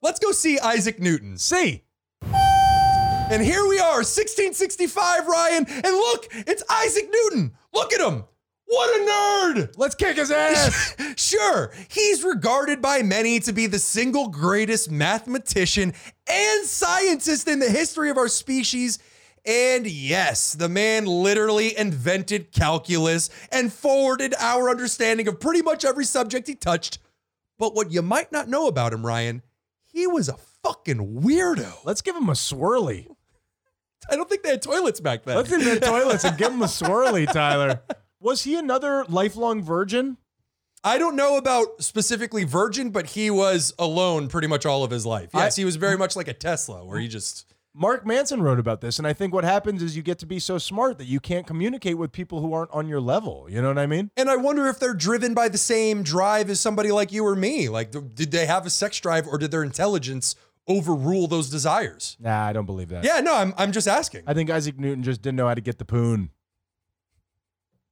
[SPEAKER 2] Let's go see Isaac Newton.
[SPEAKER 1] See,
[SPEAKER 2] And here we are, 1665, Ryan. And look, it's Isaac Newton. Look at him. What a nerd.
[SPEAKER 1] let's kick his ass.
[SPEAKER 2] sure, he's regarded by many to be the single greatest mathematician and scientist in the history of our species. And yes, the man literally invented calculus and forwarded our understanding of pretty much every subject he touched. But what you might not know about him, Ryan, he was a fucking weirdo.
[SPEAKER 1] let's give him a swirly.
[SPEAKER 2] I don't think they had toilets back then.
[SPEAKER 1] Let's invent toilets and give him a swirly, Tyler. Was he another lifelong virgin?
[SPEAKER 2] I don't know about specifically Virgin, but he was alone pretty much all of his life. Yes, he was very much like a Tesla, where he just
[SPEAKER 1] Mark Manson wrote about this, and I think what happens is you get to be so smart that you can't communicate with people who aren't on your level. You know what I mean?
[SPEAKER 2] And I wonder if they're driven by the same drive as somebody like you or me. Like, th- did they have a sex drive or did their intelligence overrule those desires?
[SPEAKER 1] Nah, I don't believe that.
[SPEAKER 2] Yeah, no, I'm, I'm just asking.
[SPEAKER 1] I think Isaac Newton just didn't know how to get the poon.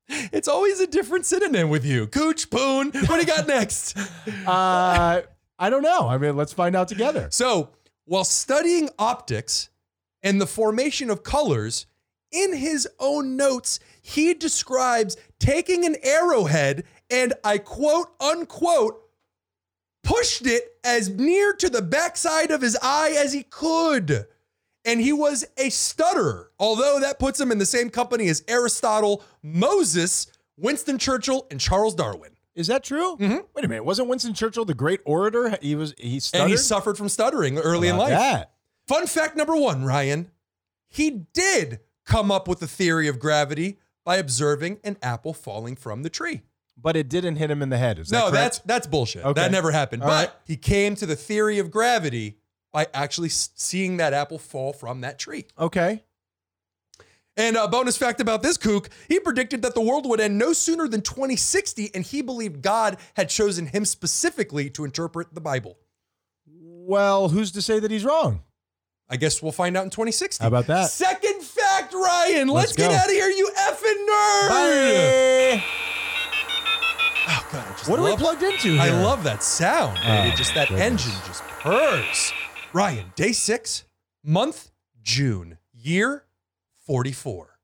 [SPEAKER 2] It's always a different synonym with you. Cooch, poon. What do you got next?
[SPEAKER 1] Uh, I don't know. I mean, let's find out together.
[SPEAKER 2] So, while studying optics and the formation of colors, in his own notes, he describes taking an arrowhead and I quote unquote pushed it as near to the backside of his eye as he could. And he was a stutterer, although that puts him in the same company as Aristotle, Moses, Winston Churchill, and Charles Darwin.
[SPEAKER 1] Is that true? Wait a minute. Wasn't Winston Churchill the great orator? He was. He stuttered.
[SPEAKER 2] Mm-hmm. And he suffered from stuttering early in
[SPEAKER 1] About
[SPEAKER 2] life.
[SPEAKER 1] that.
[SPEAKER 2] Fun fact number one, Ryan. He did come up with the theory of gravity by observing an apple falling from the tree.
[SPEAKER 1] But it didn't hit him in the head. Is that
[SPEAKER 2] no,
[SPEAKER 1] correct?
[SPEAKER 2] that's that's bullshit.
[SPEAKER 1] Okay.
[SPEAKER 2] That never happened.
[SPEAKER 1] All
[SPEAKER 2] but
[SPEAKER 1] right.
[SPEAKER 2] he came to the theory of gravity by actually s- seeing that apple fall from that tree.
[SPEAKER 1] okay.
[SPEAKER 2] And a bonus fact about this kook, he predicted that the world would end no sooner than 2060, and he believed God had chosen him specifically to interpret the Bible.
[SPEAKER 1] Well, who's to say that he's wrong?
[SPEAKER 2] I guess we'll find out in 2060.
[SPEAKER 1] How about that?
[SPEAKER 2] Second fact, Ryan.
[SPEAKER 1] Let's
[SPEAKER 2] Let's, get
[SPEAKER 1] go.
[SPEAKER 2] out of here, you effing nerd.
[SPEAKER 1] Bye.
[SPEAKER 2] Oh god, I just
[SPEAKER 1] What are we
[SPEAKER 2] love-
[SPEAKER 1] plugged into? Here?
[SPEAKER 2] I love that sound,
[SPEAKER 1] Oh,
[SPEAKER 2] dude. It just that
[SPEAKER 1] goodness.
[SPEAKER 2] engine just purrs. Ryan, day six, month June, year forty-four,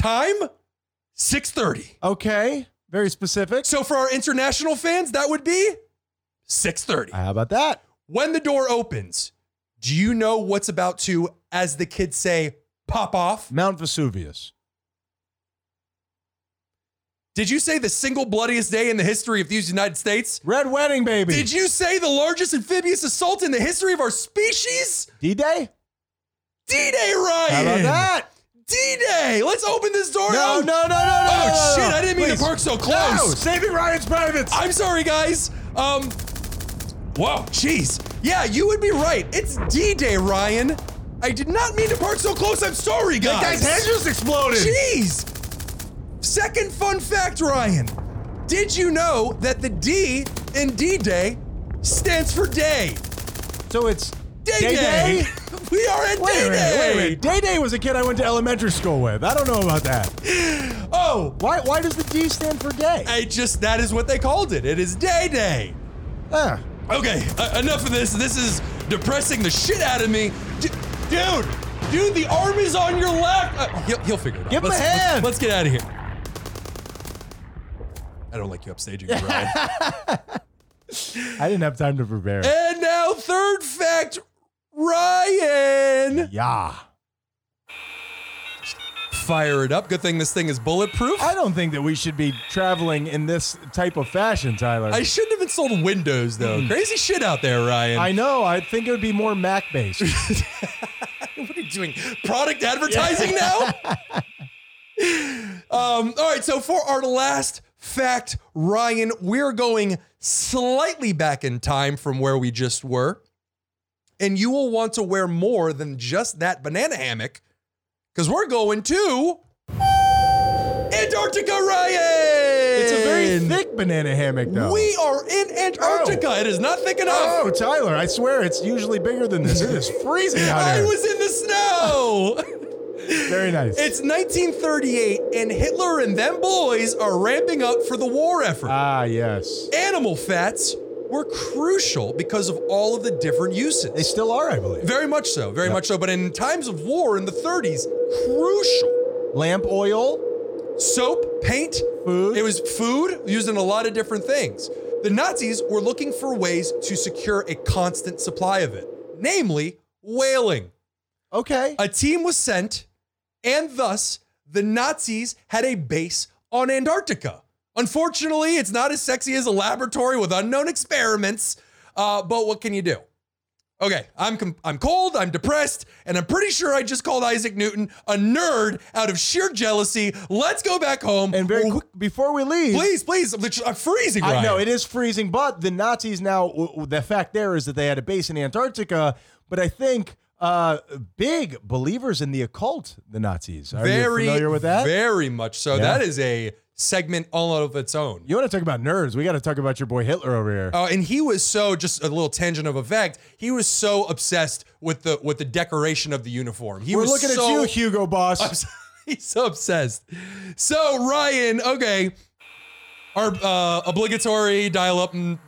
[SPEAKER 2] time six thirty.
[SPEAKER 1] Okay. Very specific.
[SPEAKER 2] So for our international fans, that would be six thirty.
[SPEAKER 1] How about that?
[SPEAKER 2] When the door opens, do you know what's about to, as the kids say, pop off?
[SPEAKER 1] Mount Vesuvius.
[SPEAKER 2] Did you say the single bloodiest day in the history of these United States?
[SPEAKER 1] Red Wedding, baby.
[SPEAKER 2] Did you say the largest amphibious assault in the history of our species?
[SPEAKER 1] D-Day?
[SPEAKER 2] D-Day, Ryan.
[SPEAKER 1] How about that?
[SPEAKER 2] D-Day. Let's open this door.
[SPEAKER 1] No, no, no, no, no.
[SPEAKER 2] Oh
[SPEAKER 1] no, no,
[SPEAKER 2] shit!
[SPEAKER 1] no.
[SPEAKER 2] I didn't mean
[SPEAKER 1] Please.
[SPEAKER 2] to park so
[SPEAKER 1] No,
[SPEAKER 2] close.
[SPEAKER 1] saving Ryan's privates.
[SPEAKER 2] I'm sorry, guys. Um. Whoa, jeez. Yeah, you would be right. It's D-Day, Ryan. I did not mean to park so close. I'm sorry, guys.
[SPEAKER 1] Guy's head just exploded.
[SPEAKER 2] Jeez! Second fun fact, Ryan. Did you know that the D in D Day stands for day?
[SPEAKER 1] So it's
[SPEAKER 2] Day! Day Day.
[SPEAKER 1] Day-Day?
[SPEAKER 2] We are at
[SPEAKER 1] Wait
[SPEAKER 2] Day
[SPEAKER 1] a minute, wait a
[SPEAKER 2] Day.
[SPEAKER 1] minute. Day Day was a kid I went to elementary school with. I don't know about that.
[SPEAKER 2] Oh,
[SPEAKER 1] Why, why does the D stand for day?
[SPEAKER 2] I just that is what they called it. It is Day Day.
[SPEAKER 1] Huh.
[SPEAKER 2] Okay, uh, enough of this. This is depressing the shit out of me, D- dude. Dude, the army's on your left. Uh, he'll, he'll figure it out.
[SPEAKER 1] Give him a hand.
[SPEAKER 2] Let's, let's get out of here. I don't like you upstaging, me, Brian.
[SPEAKER 1] I didn't have time to prepare.
[SPEAKER 2] and now, third fact, Ryan.
[SPEAKER 1] yeah.
[SPEAKER 2] Fire it up. Good thing this thing is bulletproof.
[SPEAKER 1] I don't think that we should be traveling in this type of fashion, Tyler.
[SPEAKER 2] I shouldn't have installed Windows though. Crazy shit out there, Ryan.
[SPEAKER 1] Hmm. I know. I think it would be more Mac based.
[SPEAKER 2] What are you doing? Product advertising now? um, all right, so for our last fact, Ryan, we're going slightly back in time from where we just were. And you will want to wear more than just that banana hammock because we're going to Antarctica, Ryan.
[SPEAKER 1] it's a very thick banana hammock, though.
[SPEAKER 2] We are in Antarctica. It is not thick enough.
[SPEAKER 1] oh, Tyler, I swear it's usually bigger than this. It is freezing out
[SPEAKER 2] I
[SPEAKER 1] here.
[SPEAKER 2] was in the snow.
[SPEAKER 1] very nice.
[SPEAKER 2] It's 1938, and Hitler and them boys are ramping up for the war effort.
[SPEAKER 1] ah, yes.
[SPEAKER 2] Animal fats were crucial because of all of the different
[SPEAKER 1] They
[SPEAKER 2] uses.
[SPEAKER 1] still are, I believe.
[SPEAKER 2] Very much so, very much so. But in times of war in the 30s, crucial.
[SPEAKER 1] Lamp oil,
[SPEAKER 2] Soap, paint,
[SPEAKER 1] food.
[SPEAKER 2] it was food used in a lot of different things. The Nazis were looking for ways to secure a constant supply of it, namely whaling.
[SPEAKER 1] okay.
[SPEAKER 2] A team was sent, and thus the Nazis had a base on Antarctica. Unfortunately, it's not as sexy as a laboratory with unknown experiments, uh, but what can you do? Okay, I'm com- I'm cold, I'm depressed, and I'm pretty sure I just called Isaac Newton a nerd out of sheer jealousy. Let's go back home.
[SPEAKER 1] and very
[SPEAKER 2] Or-
[SPEAKER 1] quick, before we leave,
[SPEAKER 2] please, please, I'm, literally- I'm freezing. Ryan.
[SPEAKER 1] I know it is freezing, but the Nazis now. w- w- The fact there is that they had a base in Antarctica, but I think uh, big believers in the occult. The Nazis are you familiar with that?
[SPEAKER 2] Very much so.
[SPEAKER 1] Yeah.
[SPEAKER 2] That is a segment all of its own.
[SPEAKER 1] you want to talk about nerds? We got to talk about your boy Hitler over here.
[SPEAKER 2] Oh, and he was so just a little tangent of effect. He was so obsessed with the with the decoration of the uniform. He
[SPEAKER 1] We're
[SPEAKER 2] was
[SPEAKER 1] looking
[SPEAKER 2] so
[SPEAKER 1] at you, Hugo Boss.
[SPEAKER 2] He's so obsessed. So Ryan, okay, our uh, obligatory dial up and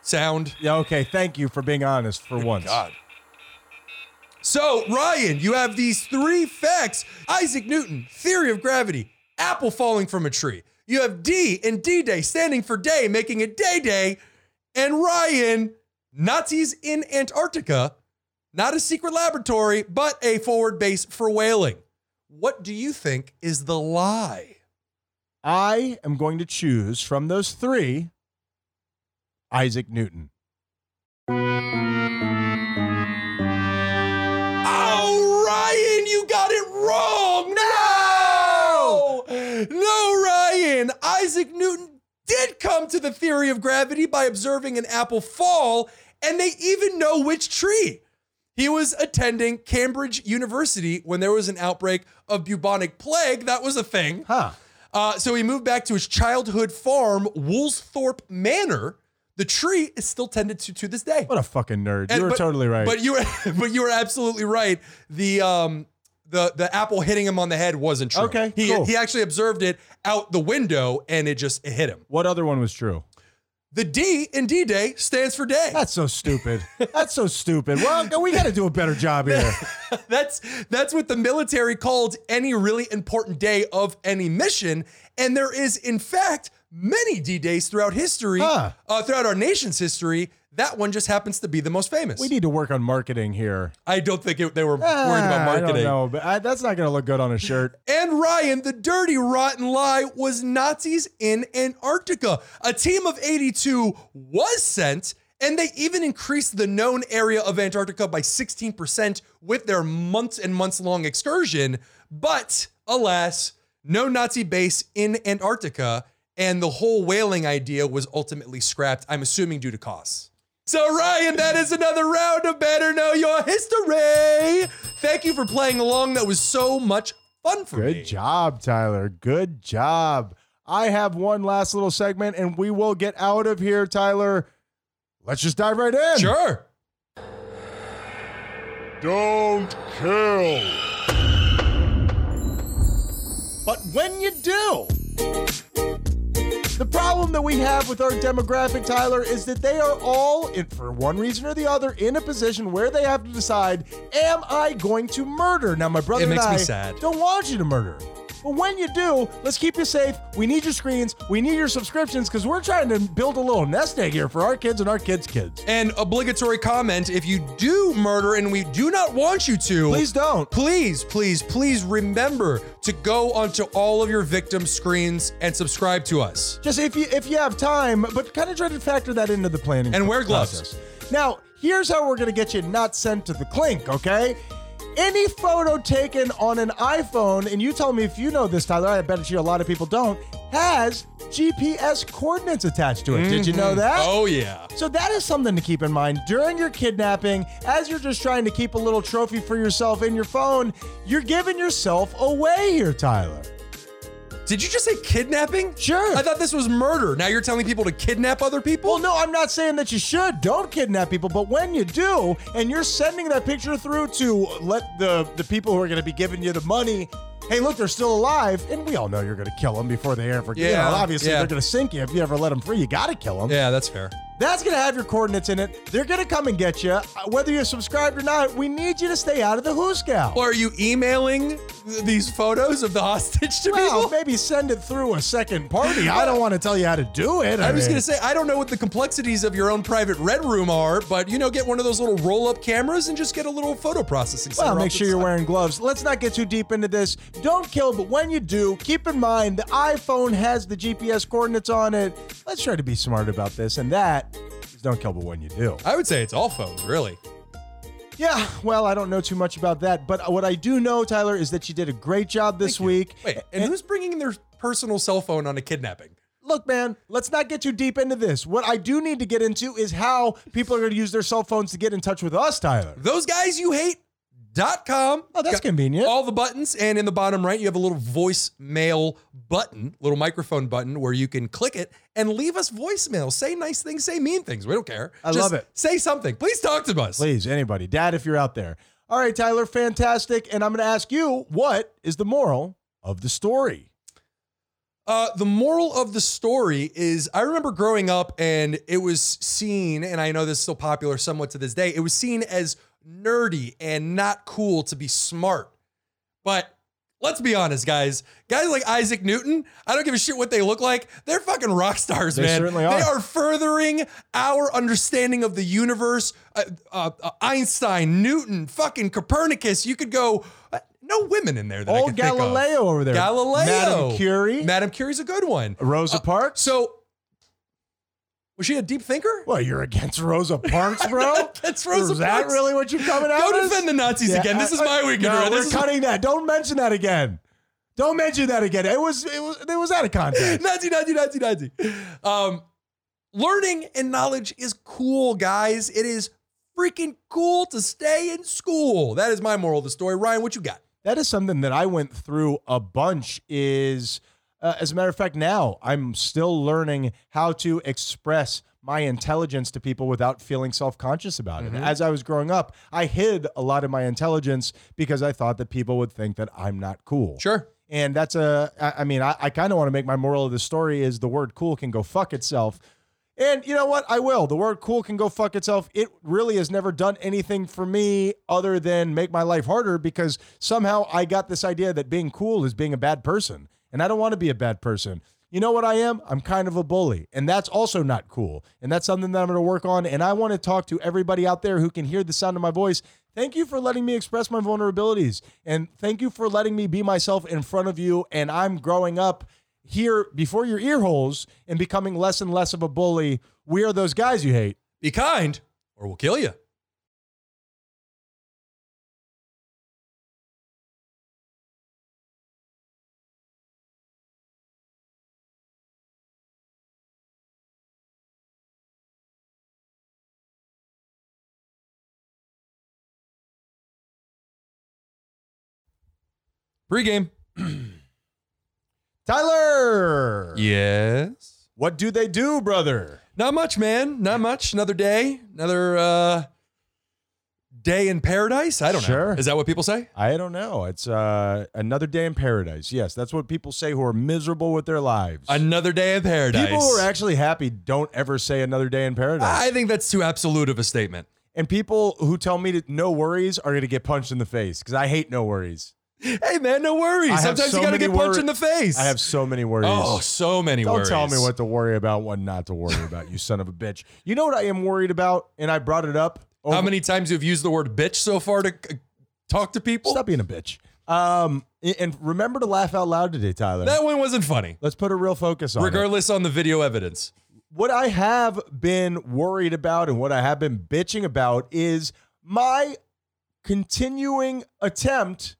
[SPEAKER 2] sound.
[SPEAKER 1] Yeah, okay, thank you for being honest for once.
[SPEAKER 2] So Ryan, you have these three facts: Isaac Newton, theory of gravity, apple falling from a tree. You have D and D Day standing for day, making it Day Day, and Ryan, Nazis in Antarctica, not a secret laboratory, but a forward base for whaling. What do you think is the lie?
[SPEAKER 1] I am going to choose from those three Isaac Newton.
[SPEAKER 2] Oh, Ryan, you got it wrong. No! No, Ryan. Isaac Newton did come to the theory of gravity by observing an apple fall, and they even know which tree. He was attending Cambridge University when there was an outbreak of bubonic plague. That was a thing.
[SPEAKER 1] Huh.
[SPEAKER 2] Uh, so he moved back to his childhood farm, Woolsthorpe Manor. The tree is still tended to to this day.
[SPEAKER 1] What a fucking nerd.
[SPEAKER 2] And-
[SPEAKER 1] you were
[SPEAKER 2] but-
[SPEAKER 1] totally right.
[SPEAKER 2] But you were but you were absolutely right. The um the the apple hitting him on the head wasn't true.
[SPEAKER 1] Okay,
[SPEAKER 2] He
[SPEAKER 1] cool.
[SPEAKER 2] he actually observed it out the window and it just it hit him.
[SPEAKER 1] what other one was true?
[SPEAKER 2] The D in D Day stands for day.
[SPEAKER 1] That's so stupid. That's so stupid. Well, we got to do a better job here.
[SPEAKER 2] that's that's what the military called any really important day of any mission. And there is, in fact, many D days throughout history,
[SPEAKER 1] Huh.
[SPEAKER 2] uh, throughout our nation's history. That one just happens to be the most famous.
[SPEAKER 1] We need to work on marketing here.
[SPEAKER 2] I don't think it, they were
[SPEAKER 1] Ah,
[SPEAKER 2] worried about
[SPEAKER 1] I don't
[SPEAKER 2] marketing.
[SPEAKER 1] know, but I, that's not going to look good on a shirt.
[SPEAKER 2] And Ryan, the dirty, rotten lie was Nazis in Antarctica. A team of 82 was sent, and they even increased the known area of Antarctica by 16% with their months and months long excursion. But alas, no Nazi base in Antarctica, and the whole whaling idea was ultimately scrapped, I'm assuming due to costs. So, Ryan, that is another round of Better Know Your History. Thank you for playing along. That was so much fun for me.
[SPEAKER 1] Good job, Tyler. Good job. I have one last little segment and we will get out of here, Tyler. Let's just dive right in.
[SPEAKER 2] Sure.
[SPEAKER 3] Don't kill.
[SPEAKER 1] But when you do, the problem that we have with our demographic, Tyler, is that they are all, in, for one reason or the other, in a position where they have to decide, am I going to murder? Now, my brother
[SPEAKER 2] It makes
[SPEAKER 1] and
[SPEAKER 2] me
[SPEAKER 1] I
[SPEAKER 2] sad.
[SPEAKER 1] don't want you to murder. But when you do, let's keep you safe. We need your screens. We need your subscriptions because we're trying to build a little nest egg here for our kids and our kids' kids.
[SPEAKER 2] And obligatory comment if you do murder and we do not want you to,
[SPEAKER 1] Please don't.
[SPEAKER 2] please, please, please remember to go onto all of your victim screens and subscribe to us.
[SPEAKER 1] Just if you if you have time, but kind of try to factor that into the planning.
[SPEAKER 2] And wear gloves.
[SPEAKER 1] process. Now, here's how we're gonna get you not sent to the clink, okay? Any photo taken on an iPhone, and you tell me if you know this, Tyler, I bet you a lot of people don't, has GPS coordinates attached to it. Did you know that?
[SPEAKER 2] Oh, yeah.
[SPEAKER 1] So that is something to keep in mind during your kidnapping, as you're just trying to keep a little trophy for yourself in your phone, you're giving yourself away here, Tyler.
[SPEAKER 2] Did you just say kidnapping?
[SPEAKER 1] Sure.
[SPEAKER 2] I thought this was murder. Now you're telling people to kidnap other people?
[SPEAKER 1] Well, no, I'm not saying that you should. Don't kidnap people. But when you do, and you're sending that picture through to let the, the people who are going to be giving you the money, hey, look, they're still alive. And we all know you're going to kill them before they ever, you
[SPEAKER 2] Yeah,
[SPEAKER 1] know, obviously
[SPEAKER 2] yeah.
[SPEAKER 1] they're going to sink you. If you ever let them free, you got to kill them.
[SPEAKER 2] Yeah, that's fair.
[SPEAKER 1] That's going to have your coordinates in it. They're going to come and get you. Uh, Whether you're subscribed or not, we need you to stay out of the hooscow.
[SPEAKER 2] Well, are you emailing th- these photos of the hostage to
[SPEAKER 1] Well,
[SPEAKER 2] people?
[SPEAKER 1] maybe send it through a second party. I don't want to tell you how to do it.
[SPEAKER 2] I was
[SPEAKER 1] mean-
[SPEAKER 2] gonna say I don't know what the complexities of your own private red room are, but you know, get one of those little roll-up cameras and just get a little photo processing. center
[SPEAKER 1] Well,
[SPEAKER 2] off
[SPEAKER 1] make
[SPEAKER 2] to
[SPEAKER 1] sure
[SPEAKER 2] the
[SPEAKER 1] you're
[SPEAKER 2] side.
[SPEAKER 1] wearing gloves. Let's not get too deep into this. Don't kill, but when you do, keep in mind the iPhone has the GPS coordinates on it. Let's try to be smart about this, and that is don't kill, but when you do.
[SPEAKER 2] I would say it's all phones, really.
[SPEAKER 1] Yeah, well, I don't know too much about that, but what I do know, Tyler, is that you did a great job this week. Eh.
[SPEAKER 2] Wait, and who's bringing their personal cell phone on a kidnapping?
[SPEAKER 1] Look, man, let's not get too deep into this. What I do need to get into is how people are going to use their cell phones to get in touch with us, Tyler.
[SPEAKER 2] Those guys you hate. Dot com.
[SPEAKER 1] Oh, that's
[SPEAKER 2] Got
[SPEAKER 1] convenient.
[SPEAKER 2] All the buttons, and in the bottom right, you have a little voicemail button, little microphone button, where you can click it and leave us voicemail. Say nice things, say mean things. We don't care.
[SPEAKER 1] I love it.
[SPEAKER 2] Say something. Please talk to us.
[SPEAKER 1] Please, anybody, dad, if you're out there. All right, Tyler, fantastic. And I'm going to ask you, what is the moral of the story?
[SPEAKER 2] Uh, the moral of the story is I remember growing up and it was seen, and I know this is still popular somewhat to this day, it was seen as nerdy and not cool to be smart. But let's be honest, guys. Guys like Isaac Newton, I don't give a shit what they look like. They're fucking rock stars,
[SPEAKER 1] They
[SPEAKER 2] man.
[SPEAKER 1] certainly
[SPEAKER 2] They
[SPEAKER 1] are.
[SPEAKER 2] are furthering our understanding of the universe. Uh, uh, uh, Einstein, Newton, fucking Copernicus. You could go. uh, no women in there that I
[SPEAKER 1] Old
[SPEAKER 2] could think of.
[SPEAKER 1] Galileo over there.
[SPEAKER 2] Galileo.
[SPEAKER 1] Madame Curie.
[SPEAKER 2] Madame Curie's a good one.
[SPEAKER 1] Rosa Parks.
[SPEAKER 2] So, was she a deep thinker?
[SPEAKER 1] Well, you're against Rosa Parks, bro?
[SPEAKER 2] That's Rosa
[SPEAKER 1] Is that
[SPEAKER 2] Parks.
[SPEAKER 1] really what you're coming out
[SPEAKER 2] Go defend the Nazis again. This is my weekend.
[SPEAKER 1] No,
[SPEAKER 2] Red.
[SPEAKER 1] we're
[SPEAKER 2] this is
[SPEAKER 1] cutting that. Don't mention that again. Don't mention that again. It was it was it was out of context.
[SPEAKER 2] Nazi, Nazi, Nazi, Nazi. Um, learning and knowledge is cool, guys. It is freaking cool to stay in school. That is my moral of the story. Ryan, what you got?
[SPEAKER 1] that is something that I went through a bunch. Is uh, as a matter of fact, now I'm still learning how to express my intelligence to people without feeling self conscious about it. As I was growing up, I hid a lot of my intelligence because I thought that people would think that I'm not cool.
[SPEAKER 2] Sure.
[SPEAKER 1] And that's a, I I mean, I, I kind of want to make my moral of the story is the word cool can go fuck itself. And you know what? I will. The word cool can go fuck itself. It really has never done anything for me other than make my life harder because somehow I got this idea that being cool is being a bad person. And I don't want to be a bad person. You know what I am? I'm kind of a bully. And that's also not cool. And that's something that I'm going to work on. And I want to talk to everybody out there who can hear the sound of my voice. Thank you for letting me express my vulnerabilities. And thank you for letting me be myself in front of you. And I'm growing up here before your ear holes and becoming less and less of a bully. We are those guys you hate.
[SPEAKER 2] Be kind, or we'll kill you. Pre-game.
[SPEAKER 1] Tyler,
[SPEAKER 2] Yes.
[SPEAKER 1] what do they do, brother?
[SPEAKER 2] Not much, man. Not much. Another day. Another uh day in paradise? I don't
[SPEAKER 1] Sure.
[SPEAKER 2] know. Is that what people say?
[SPEAKER 1] I don't know. It's uh, another day in paradise. Yes, that's what people say who are miserable with their lives.
[SPEAKER 2] Another day in paradise.
[SPEAKER 1] people who are actually happy don't ever say another day in paradise.
[SPEAKER 2] I think that's too absolute of a statement.
[SPEAKER 1] and people who tell me to no worries are going to get punched in the face because I hate no worries.
[SPEAKER 2] Hey man, no worries.
[SPEAKER 1] I have
[SPEAKER 2] Sometimes
[SPEAKER 1] so
[SPEAKER 2] you gotta
[SPEAKER 1] many
[SPEAKER 2] get punched
[SPEAKER 1] wor-
[SPEAKER 2] in the face.
[SPEAKER 1] I have so many worries.
[SPEAKER 2] oh, so many
[SPEAKER 1] Don't
[SPEAKER 2] worries.
[SPEAKER 1] tell me what to worry about, what not to worry about, you son of a bitch. You know what I am worried about, and I brought it up. Oh,
[SPEAKER 2] How many times you've used the word bitch so far to uh, talk to people?
[SPEAKER 1] Stop being a bitch. Um, a- and remember to laugh out loud today, Tyler.
[SPEAKER 2] That one wasn't funny.
[SPEAKER 1] Let's put a real focus on it.
[SPEAKER 2] Regardless on the video evidence.
[SPEAKER 1] what I have been worried about and what I have been bitching about is my continuing attempt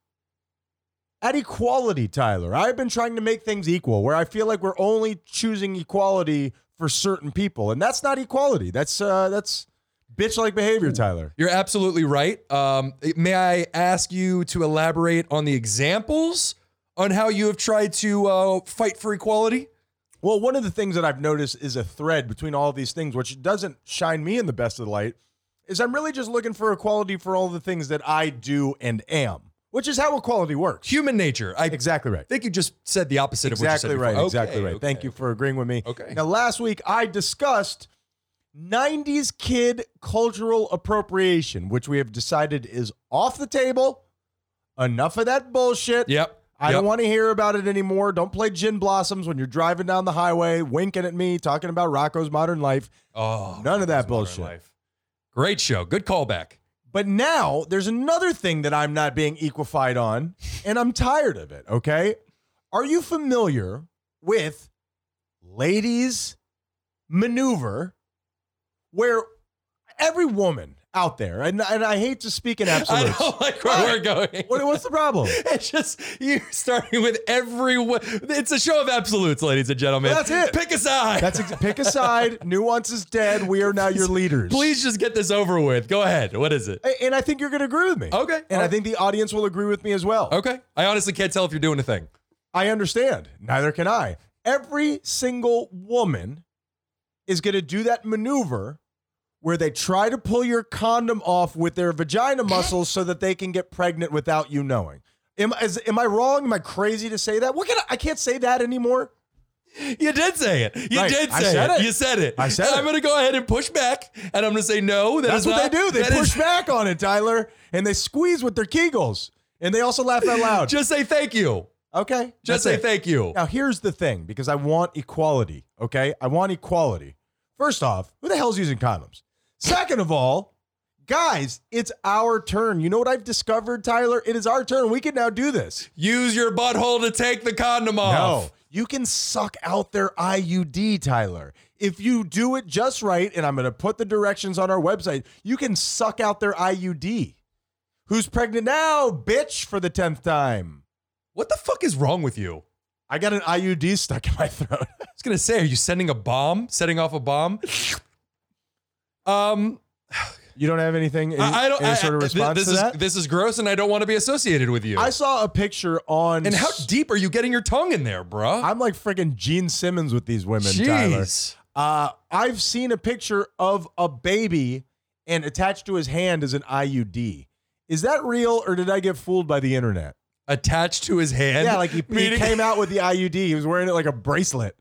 [SPEAKER 1] at equality, Tyler. I've been trying to make things equal where I feel like we're only choosing equality for certain people. And that's not equality. That's uh that's bitch like behavior, Tyler.
[SPEAKER 2] You're absolutely right. Um, may I ask you to elaborate on the examples on how you have tried to uh, fight for equality?
[SPEAKER 1] Well, one of the things that I've noticed is a thread between all these things, which doesn't shine me in the best of the light, is I'm really just looking for equality for all the things that I do and am, which is how equality works.
[SPEAKER 2] Human nature. I
[SPEAKER 1] Exactly right.
[SPEAKER 2] think you just said the opposite
[SPEAKER 1] Exactly
[SPEAKER 2] of what you said.
[SPEAKER 1] right.
[SPEAKER 2] before.
[SPEAKER 1] exactly
[SPEAKER 2] Okay,
[SPEAKER 1] right. Thank
[SPEAKER 2] okay.
[SPEAKER 1] you for agreeing with me.
[SPEAKER 2] Okay.
[SPEAKER 1] Now, last week I discussed 90s kid cultural appropriation, which we have decided is off the table. Enough of that bullshit.
[SPEAKER 2] Yep.
[SPEAKER 1] I don't
[SPEAKER 2] Yep.
[SPEAKER 1] want to hear about it anymore. Don't play gin blossoms when you're driving down the highway, winking at me, talking about Rocco's modern life.
[SPEAKER 2] Oh,
[SPEAKER 1] None of that
[SPEAKER 2] it's modern
[SPEAKER 1] bullshit.
[SPEAKER 2] life. Great show. Good callback.
[SPEAKER 1] But now there's another thing that I'm not being equified on, and I'm tired of it, okay? Are you familiar with ladies maneuver where every woman out there, and, and I hate to speak in
[SPEAKER 2] I
[SPEAKER 1] absolutes.
[SPEAKER 2] don't like where
[SPEAKER 1] What?
[SPEAKER 2] we're going.
[SPEAKER 1] What, what's the problem?
[SPEAKER 2] It's just you starting with every. wo- It's a show of absolutes, ladies and gentlemen.
[SPEAKER 1] That's it.
[SPEAKER 2] Pick a side.
[SPEAKER 1] That's ex- pick a side. Nuance is dead. We are now your leaders.
[SPEAKER 2] Please just get this over with. Go ahead. What is it?
[SPEAKER 1] A- And I think you're going to agree with me.
[SPEAKER 2] Okay.
[SPEAKER 1] And I think the audience will agree with me as well.
[SPEAKER 2] Okay. I honestly can't tell if you're doing a thing.
[SPEAKER 1] I understand. Neither can I. Every single woman is going to do that maneuver where they try to pull your condom off with their vagina muscles so that they can get pregnant without you knowing. Am, is, am I wrong? Am I crazy to say that? What can I, I can't say that anymore.
[SPEAKER 2] You did say it. You
[SPEAKER 1] Right.
[SPEAKER 2] did say
[SPEAKER 1] I said it.
[SPEAKER 2] You said it.
[SPEAKER 1] I said
[SPEAKER 2] And
[SPEAKER 1] it.
[SPEAKER 2] I'm going to go ahead and push back, and I'm going to say no. that
[SPEAKER 1] That's
[SPEAKER 2] is
[SPEAKER 1] what
[SPEAKER 2] not-
[SPEAKER 1] they do. They
[SPEAKER 2] that is-
[SPEAKER 1] push back on it, Tyler, and they squeeze with their kegels, and they also laugh out loud.
[SPEAKER 2] Just say thank you.
[SPEAKER 1] okay, that's
[SPEAKER 2] Just say
[SPEAKER 1] it.
[SPEAKER 2] thank you.
[SPEAKER 1] Now, here's the thing because I want equality, okay? I want equality. First off, who the hell's using condoms? Second of all, guys, it's our turn. You know what I've discovered, Tyler? It is our turn. We can now do this.
[SPEAKER 2] Use your butthole to take the condom off.
[SPEAKER 1] No, you can suck out their IUD, Tyler. If you do it just right, and I'm going to put the directions on our website, you can suck out their IUD. Who's pregnant now, bitch, for the 10th time?
[SPEAKER 2] What the fuck is wrong with you?
[SPEAKER 1] I got an IUD stuck in my throat.
[SPEAKER 2] I was gonna say, are you sending a bomb? Setting off a bomb? Um,
[SPEAKER 1] You don't have anything in,
[SPEAKER 2] I, I don't.
[SPEAKER 1] any
[SPEAKER 2] I-
[SPEAKER 1] sort of
[SPEAKER 2] I- thi-
[SPEAKER 1] response
[SPEAKER 2] this
[SPEAKER 1] to
[SPEAKER 2] is
[SPEAKER 1] that?
[SPEAKER 2] this is gross, and I don't want to be associated with you.
[SPEAKER 1] I saw a picture on
[SPEAKER 2] and how deep are you getting your tongue in there, bruh?
[SPEAKER 1] I'm like freaking Gene Simmons with these women, Tyler.
[SPEAKER 2] Jeez.
[SPEAKER 1] Uh, I've seen a picture of a baby and attached to his hand is an IUD. Is that real or did I get fooled by the internet?
[SPEAKER 2] Attached to his hand.
[SPEAKER 1] yeah, like he, he
[SPEAKER 2] meaning-
[SPEAKER 1] came out with the IUD. He was wearing it like a bracelet.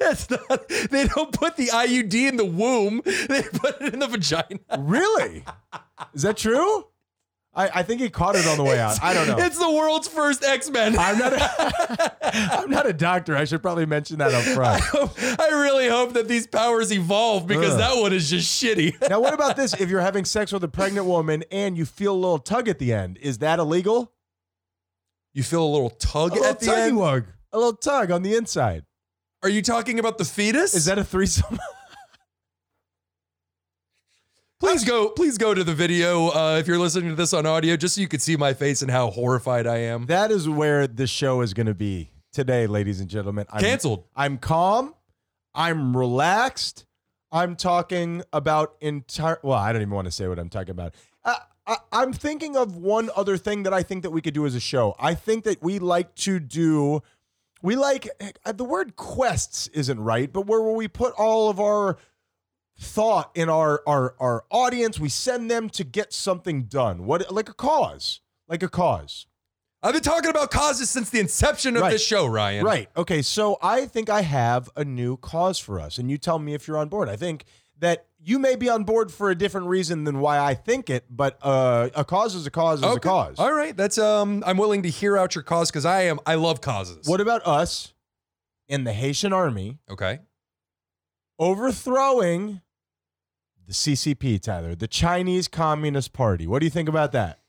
[SPEAKER 2] That's not. They don't put the IUD in the womb. They put it in the vagina.
[SPEAKER 1] Really? is that true? I, I think he caught it on the way out. I don't know.
[SPEAKER 2] It's the world's first X Men.
[SPEAKER 1] I'm not. A, I'm not a doctor. I should probably mention that up front.
[SPEAKER 2] I really hope that these powers evolve because
[SPEAKER 1] Ugh.
[SPEAKER 2] that one is just shitty.
[SPEAKER 1] Now, what about this? If you're having sex with a pregnant woman and you feel a little tug at the end, is that illegal?
[SPEAKER 2] You feel a little tug
[SPEAKER 1] A little
[SPEAKER 2] at the end.
[SPEAKER 1] tug. A little tug on the inside.
[SPEAKER 2] Are you talking about the fetus?
[SPEAKER 1] Is that a threesome?
[SPEAKER 2] Please go, please go to the video uh, if you're listening to this on audio, just so you can see my face and how horrified I am.
[SPEAKER 1] that is where the show is going to be today, ladies and gentlemen. I'm,
[SPEAKER 2] Cancelled.
[SPEAKER 1] I'm calm. I'm relaxed. I'm talking about entire. Well, I don't even want to say what I'm talking about. Uh, I, I'm thinking of one other thing that I think that we could do as a show. I think that we like to do. eh, We like the word quests isn't right, but where will we put all of our thought in our our our audience. We send them to get something done. What like a cause, like a cause.
[SPEAKER 2] I've been talking about causes since the inception of
[SPEAKER 1] Right.
[SPEAKER 2] this show, Ryan.
[SPEAKER 1] Right. Okay. So I think I have a new cause for us, and you tell me if you're on board. I think that you may be on board for a different reason than why I think it, but uh, a cause is a cause is a
[SPEAKER 2] Okay.
[SPEAKER 1] cause.
[SPEAKER 2] All right. That's um. I'm willing to hear out your cause because I am. I love causes.
[SPEAKER 1] What about us in the Haitian army
[SPEAKER 2] Okay.
[SPEAKER 1] overthrowing the CCP, Tyler, the Chinese Communist Party? What do you think about that?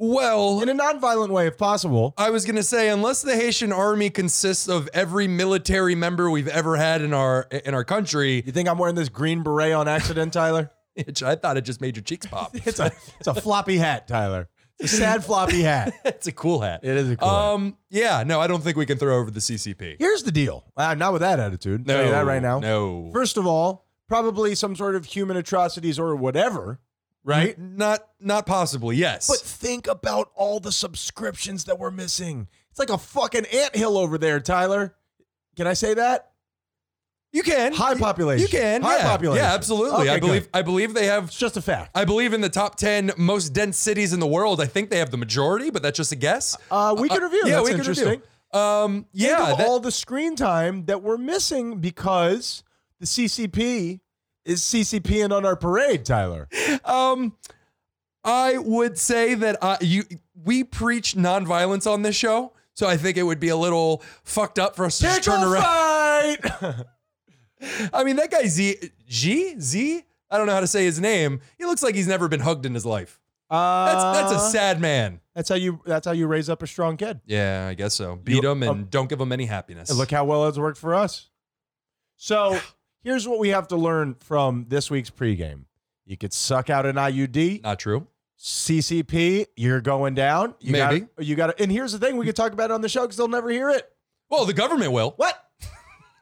[SPEAKER 2] Well,
[SPEAKER 1] In a nonviolent way, if possible.
[SPEAKER 2] I was gonna say unless the Haitian army consists of every military member we've ever had in our in our country,
[SPEAKER 1] You think I'm wearing this green beret on accident, Tyler?
[SPEAKER 2] which I thought it just made your cheeks pop.
[SPEAKER 1] It's a it's a floppy hat, Tyler. It's a sad floppy hat.
[SPEAKER 2] it's a cool hat.
[SPEAKER 1] It is a cool. hat.
[SPEAKER 2] Um. Yeah. No, I don't think we can throw over the CCP.
[SPEAKER 1] Here's the deal. Uh, not with that attitude. Tell you that right now.
[SPEAKER 2] No.
[SPEAKER 1] First of all, probably some sort of human atrocities or whatever, right?
[SPEAKER 2] N- Not not possibly. Yes.
[SPEAKER 1] But think about all the subscriptions that we're missing. It's like a fucking anthill over there, Tyler. Can I say that?
[SPEAKER 2] you can.
[SPEAKER 1] High population.
[SPEAKER 2] You can.
[SPEAKER 1] High
[SPEAKER 2] yeah.
[SPEAKER 1] population.
[SPEAKER 2] Yeah. Absolutely.
[SPEAKER 1] Okay,
[SPEAKER 2] I believe.
[SPEAKER 1] good.
[SPEAKER 2] I believe they have.
[SPEAKER 1] it's just a fact.
[SPEAKER 2] I believe in the top 10 most dense cities in the world. I think they have the majority, but that's just a guess.
[SPEAKER 1] Uh, we can
[SPEAKER 2] Uh,
[SPEAKER 1] review.
[SPEAKER 2] Yeah,
[SPEAKER 1] That's
[SPEAKER 2] we can
[SPEAKER 1] interesting.
[SPEAKER 2] review. Um, yeah,
[SPEAKER 1] Think of
[SPEAKER 2] that-
[SPEAKER 1] all the screen time that we're missing because the CCP is CCPing on our parade, Tyler.
[SPEAKER 2] um, I would say that uh, you we preach nonviolence on this show, so I think it would be a little fucked up for us to just turn
[SPEAKER 1] Pickle
[SPEAKER 2] around.
[SPEAKER 1] fight.
[SPEAKER 2] I mean, that guy Z G Z. I don't know how to say his name. He looks like he's never been hugged in his life. That's that's a
[SPEAKER 1] Uh,
[SPEAKER 2] sad man.
[SPEAKER 1] That's how you. That's how you raise up a strong kid.
[SPEAKER 2] Yeah, I guess so. Beat
[SPEAKER 1] You-
[SPEAKER 2] him and
[SPEAKER 1] um,
[SPEAKER 2] don't give him any happiness.
[SPEAKER 1] And look how well it's worked for us. So here's what we have to learn from this week's pregame. You could suck out an IUD,
[SPEAKER 2] not true.
[SPEAKER 1] CCP. You're going down. You
[SPEAKER 2] Maybe.
[SPEAKER 1] gotta- you got. to And here's the thing: we could talk about it on the show because they'll never hear it.
[SPEAKER 2] Well, the government will.
[SPEAKER 1] What?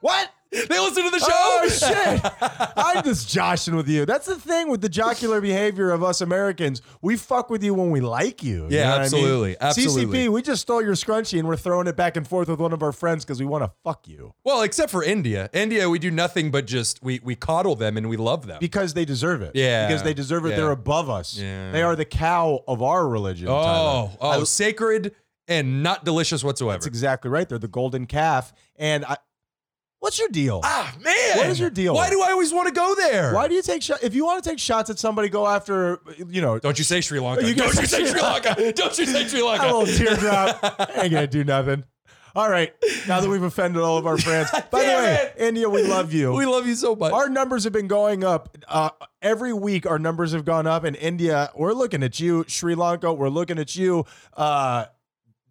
[SPEAKER 1] What?
[SPEAKER 2] They listen to the show.
[SPEAKER 1] Oh shit! I'm just joshing with you. That's the thing with the jocular behavior of us Americans. We fuck with you when we like you. you
[SPEAKER 2] Yeah,
[SPEAKER 1] know what I mean?
[SPEAKER 2] absolutely, absolutely.
[SPEAKER 1] CCP, we just stole your scrunchie and we're throwing it back and forth with one of our friends because we want to fuck you
[SPEAKER 2] Well, except for India. India, we do nothing but just we we coddle them and we love them.
[SPEAKER 1] because they deserve it.
[SPEAKER 2] Yeah,
[SPEAKER 1] because they deserve it.
[SPEAKER 2] yeah.
[SPEAKER 1] They're above us.
[SPEAKER 2] Yeah.
[SPEAKER 1] They are the cow of our religion. Tyler.
[SPEAKER 2] oh, oh, sacred and not delicious whatsoever.
[SPEAKER 1] that's exactly right. They're the golden calf. And I, what's your deal?
[SPEAKER 2] ah, man.
[SPEAKER 1] What is your deal?
[SPEAKER 2] Why do I always want to go there?
[SPEAKER 1] Why do you take shots? If you want to take shots at somebody, go after you know
[SPEAKER 2] Don't you say Sri Lanka?
[SPEAKER 1] You
[SPEAKER 2] Don't
[SPEAKER 1] guys-
[SPEAKER 2] you say Sri Lanka? Don't you say Sri Lanka?
[SPEAKER 1] a little teardrop. I ain't gonna do nothing. All right. Now that we've offended all of our friends. By the
[SPEAKER 2] Damn
[SPEAKER 1] way,
[SPEAKER 2] it.
[SPEAKER 1] India, we love you.
[SPEAKER 2] we love you so much.
[SPEAKER 1] our numbers have been going up. Uh, every week, our numbers have gone up. In India, we're looking at you. Sri Lanka, we're looking at you. Uh,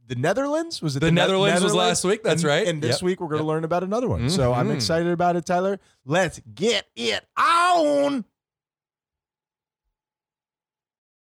[SPEAKER 1] the Netherlands was it?
[SPEAKER 2] The
[SPEAKER 1] Ne-
[SPEAKER 2] Netherlands was last week, that's
[SPEAKER 1] And-
[SPEAKER 2] right.
[SPEAKER 1] And this
[SPEAKER 2] Yep. Mm-hmm.
[SPEAKER 1] week, we're going to learn about another one. So I'm
[SPEAKER 2] Mhm.
[SPEAKER 1] excited about it, Tyler. Let's get it on.